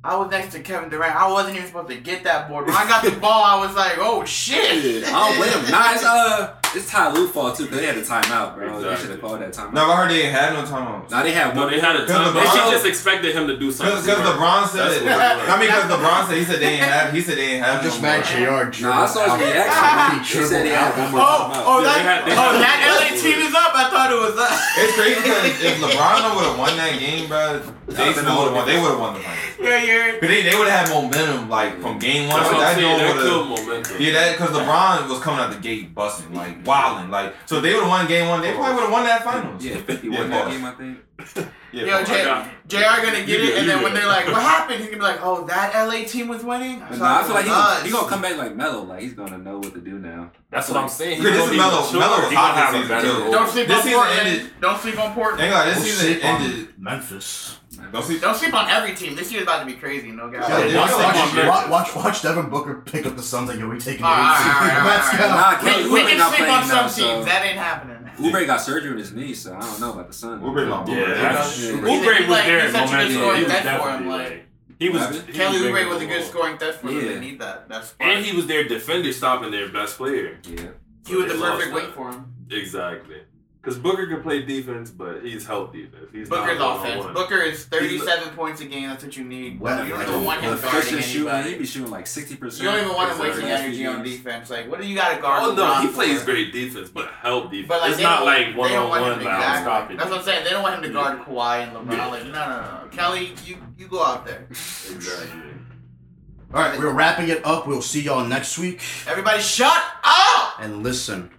Speaker 2: I was next to Kevin Durant. I wasn't even supposed to get that board. When I got the ball, I was like, oh shit."
Speaker 4: Yeah, I don't blame him. Nah, it's uh, it's Ty Lue fault too because they had the timeout, bro. They
Speaker 5: Exactly.
Speaker 4: should have called that timeout.
Speaker 3: No, I heard they ain't had no timeouts.
Speaker 4: Nah, they had
Speaker 5: No,
Speaker 4: one.
Speaker 5: they had a
Speaker 3: Because
Speaker 5: ton. They should
Speaker 3: LeBron-
Speaker 5: just expected him to do something.
Speaker 3: Because LeBron
Speaker 5: That's
Speaker 3: said it.
Speaker 5: what it was.
Speaker 3: I mean, because LeBron said he said they ain't have. He said they ain't
Speaker 1: I'm
Speaker 3: have.
Speaker 1: just
Speaker 3: no more.
Speaker 1: mad Jr.
Speaker 4: Nah, I saw his reaction. They said they had one more timeout.
Speaker 2: (laughs) Oh,
Speaker 5: Yeah, they had-
Speaker 2: that,
Speaker 5: they
Speaker 2: oh,
Speaker 5: had-
Speaker 2: that LA team is up. I thought it was up.
Speaker 3: It's crazy
Speaker 2: (laughs)
Speaker 3: because if LeBron would have won that game, bro, they still would have won. They would have won the finals.
Speaker 2: Yeah, you're.
Speaker 3: But they, they would have had momentum like from game one.
Speaker 5: That's what
Speaker 3: That
Speaker 5: I'm saying.
Speaker 3: dude
Speaker 5: That
Speaker 3: would've-
Speaker 5: killed momentum.
Speaker 3: Yeah, that because LeBron was coming out the gate busting, like wilding, like so. If they would have won game one. They probably would have won that finals.
Speaker 4: (laughs) Yeah, 51
Speaker 3: Yeah,
Speaker 4: that
Speaker 3: boss.
Speaker 4: game, I think.
Speaker 3: yeah.
Speaker 2: Yo,
Speaker 3: but-
Speaker 5: I got-
Speaker 2: J- JR gonna
Speaker 5: You
Speaker 2: get it,
Speaker 5: good,
Speaker 2: and
Speaker 5: you
Speaker 2: then when
Speaker 5: good.
Speaker 2: they're like, what happened? He's gonna be like, oh, that LA team was winning?
Speaker 4: But nah, I feel like he's gonna,
Speaker 2: us."
Speaker 4: he gonna come back like Melo. Like, he's gonna know what to do now.
Speaker 5: That's what I'm saying.
Speaker 3: Chris,
Speaker 5: He's
Speaker 3: this
Speaker 5: gonna
Speaker 3: is Melo.
Speaker 5: be mature.
Speaker 3: Melo was
Speaker 5: He
Speaker 3: hot
Speaker 5: gonna have
Speaker 3: this
Speaker 5: a
Speaker 3: season,
Speaker 5: better
Speaker 3: too.
Speaker 5: role.
Speaker 2: Don't sleep
Speaker 3: This
Speaker 2: on
Speaker 3: season
Speaker 2: Portland.
Speaker 3: ended-
Speaker 2: Don't sleep on Portland.
Speaker 3: Ain't gonna lie,
Speaker 1: We'll
Speaker 4: Oh,
Speaker 3: this season
Speaker 1: sleep on
Speaker 3: ended.
Speaker 1: Memphis.
Speaker 4: um,
Speaker 3: Don't see.
Speaker 2: Don't sleep on every team. This year's about to be crazy, no guys.
Speaker 1: Yo,
Speaker 3: Yeah,
Speaker 1: watch,
Speaker 3: yeah,
Speaker 1: watch,
Speaker 5: yeah.
Speaker 1: watch, watch, watch Devin Booker pick up the Suns like, yo, we taking it
Speaker 2: All right, all right, all
Speaker 1: easy.
Speaker 2: right,
Speaker 1: Let's
Speaker 2: all
Speaker 1: go.
Speaker 4: Nah,
Speaker 2: We,
Speaker 4: Kevin
Speaker 2: we
Speaker 4: Huber
Speaker 2: can
Speaker 4: not
Speaker 2: sleep on
Speaker 4: playing
Speaker 2: some
Speaker 4: now,
Speaker 2: teams.
Speaker 4: so.
Speaker 2: That ain't happening.
Speaker 4: Oubre got surgery on his knee, so I don't know about the son.
Speaker 3: We'll bring my
Speaker 5: Yeah,
Speaker 3: Boomer.
Speaker 5: that's
Speaker 4: Yeah.
Speaker 5: true.
Speaker 2: He's
Speaker 5: Oubre was
Speaker 2: like-
Speaker 5: there
Speaker 2: he's
Speaker 5: in
Speaker 2: such a good
Speaker 5: momentum. He
Speaker 2: scoring
Speaker 5: was
Speaker 2: threat for him,
Speaker 5: definitely
Speaker 2: like-
Speaker 5: like he was.
Speaker 4: Kelly
Speaker 5: he
Speaker 2: Kelly
Speaker 5: bringing
Speaker 2: Oubre was a
Speaker 5: the
Speaker 2: good
Speaker 5: ball.
Speaker 2: scoring threat for them.
Speaker 4: Yeah.
Speaker 2: They need that. That's fine.
Speaker 5: And he was their defender stopping their best player.
Speaker 4: Yeah.
Speaker 2: he was
Speaker 5: They
Speaker 2: the
Speaker 5: lost
Speaker 2: perfect
Speaker 5: that.
Speaker 2: wing for him.
Speaker 5: Exactly. Because Booker can play defense, but he's healthy. If he's
Speaker 2: Booker's
Speaker 5: not
Speaker 2: offense.
Speaker 5: one-on-one.
Speaker 2: Booker is 37 points a game. That's what you need.
Speaker 1: Well,
Speaker 2: you don't
Speaker 1: like,
Speaker 2: even want him guarding
Speaker 4: Efficient shooting,
Speaker 2: anybody.
Speaker 4: he'd be shooting like 60%.
Speaker 2: You don't even want him wasting
Speaker 4: Last few
Speaker 2: energy on
Speaker 4: years.
Speaker 2: defense. Like, what do you got to guard?
Speaker 5: Oh no,
Speaker 2: LeBron
Speaker 5: he plays
Speaker 2: for?
Speaker 5: great defense, but help defense.
Speaker 2: But like,
Speaker 5: it's
Speaker 2: they
Speaker 5: not
Speaker 2: don't-
Speaker 5: like
Speaker 2: they
Speaker 5: one
Speaker 2: don't
Speaker 5: on
Speaker 2: want
Speaker 5: one.
Speaker 2: him
Speaker 5: Like
Speaker 2: to-
Speaker 5: I'm
Speaker 2: Exactly.
Speaker 5: stopping.
Speaker 2: That's what I'm saying. They don't want him to guard
Speaker 5: Yeah.
Speaker 2: Kawhi and LeBron. Like, no, no, no, Kelly, you you go out there.
Speaker 5: you. Exactly.
Speaker 1: All right, we're wrapping it up. We'll see y'all next week.
Speaker 2: Everybody, shut up.
Speaker 1: And listen.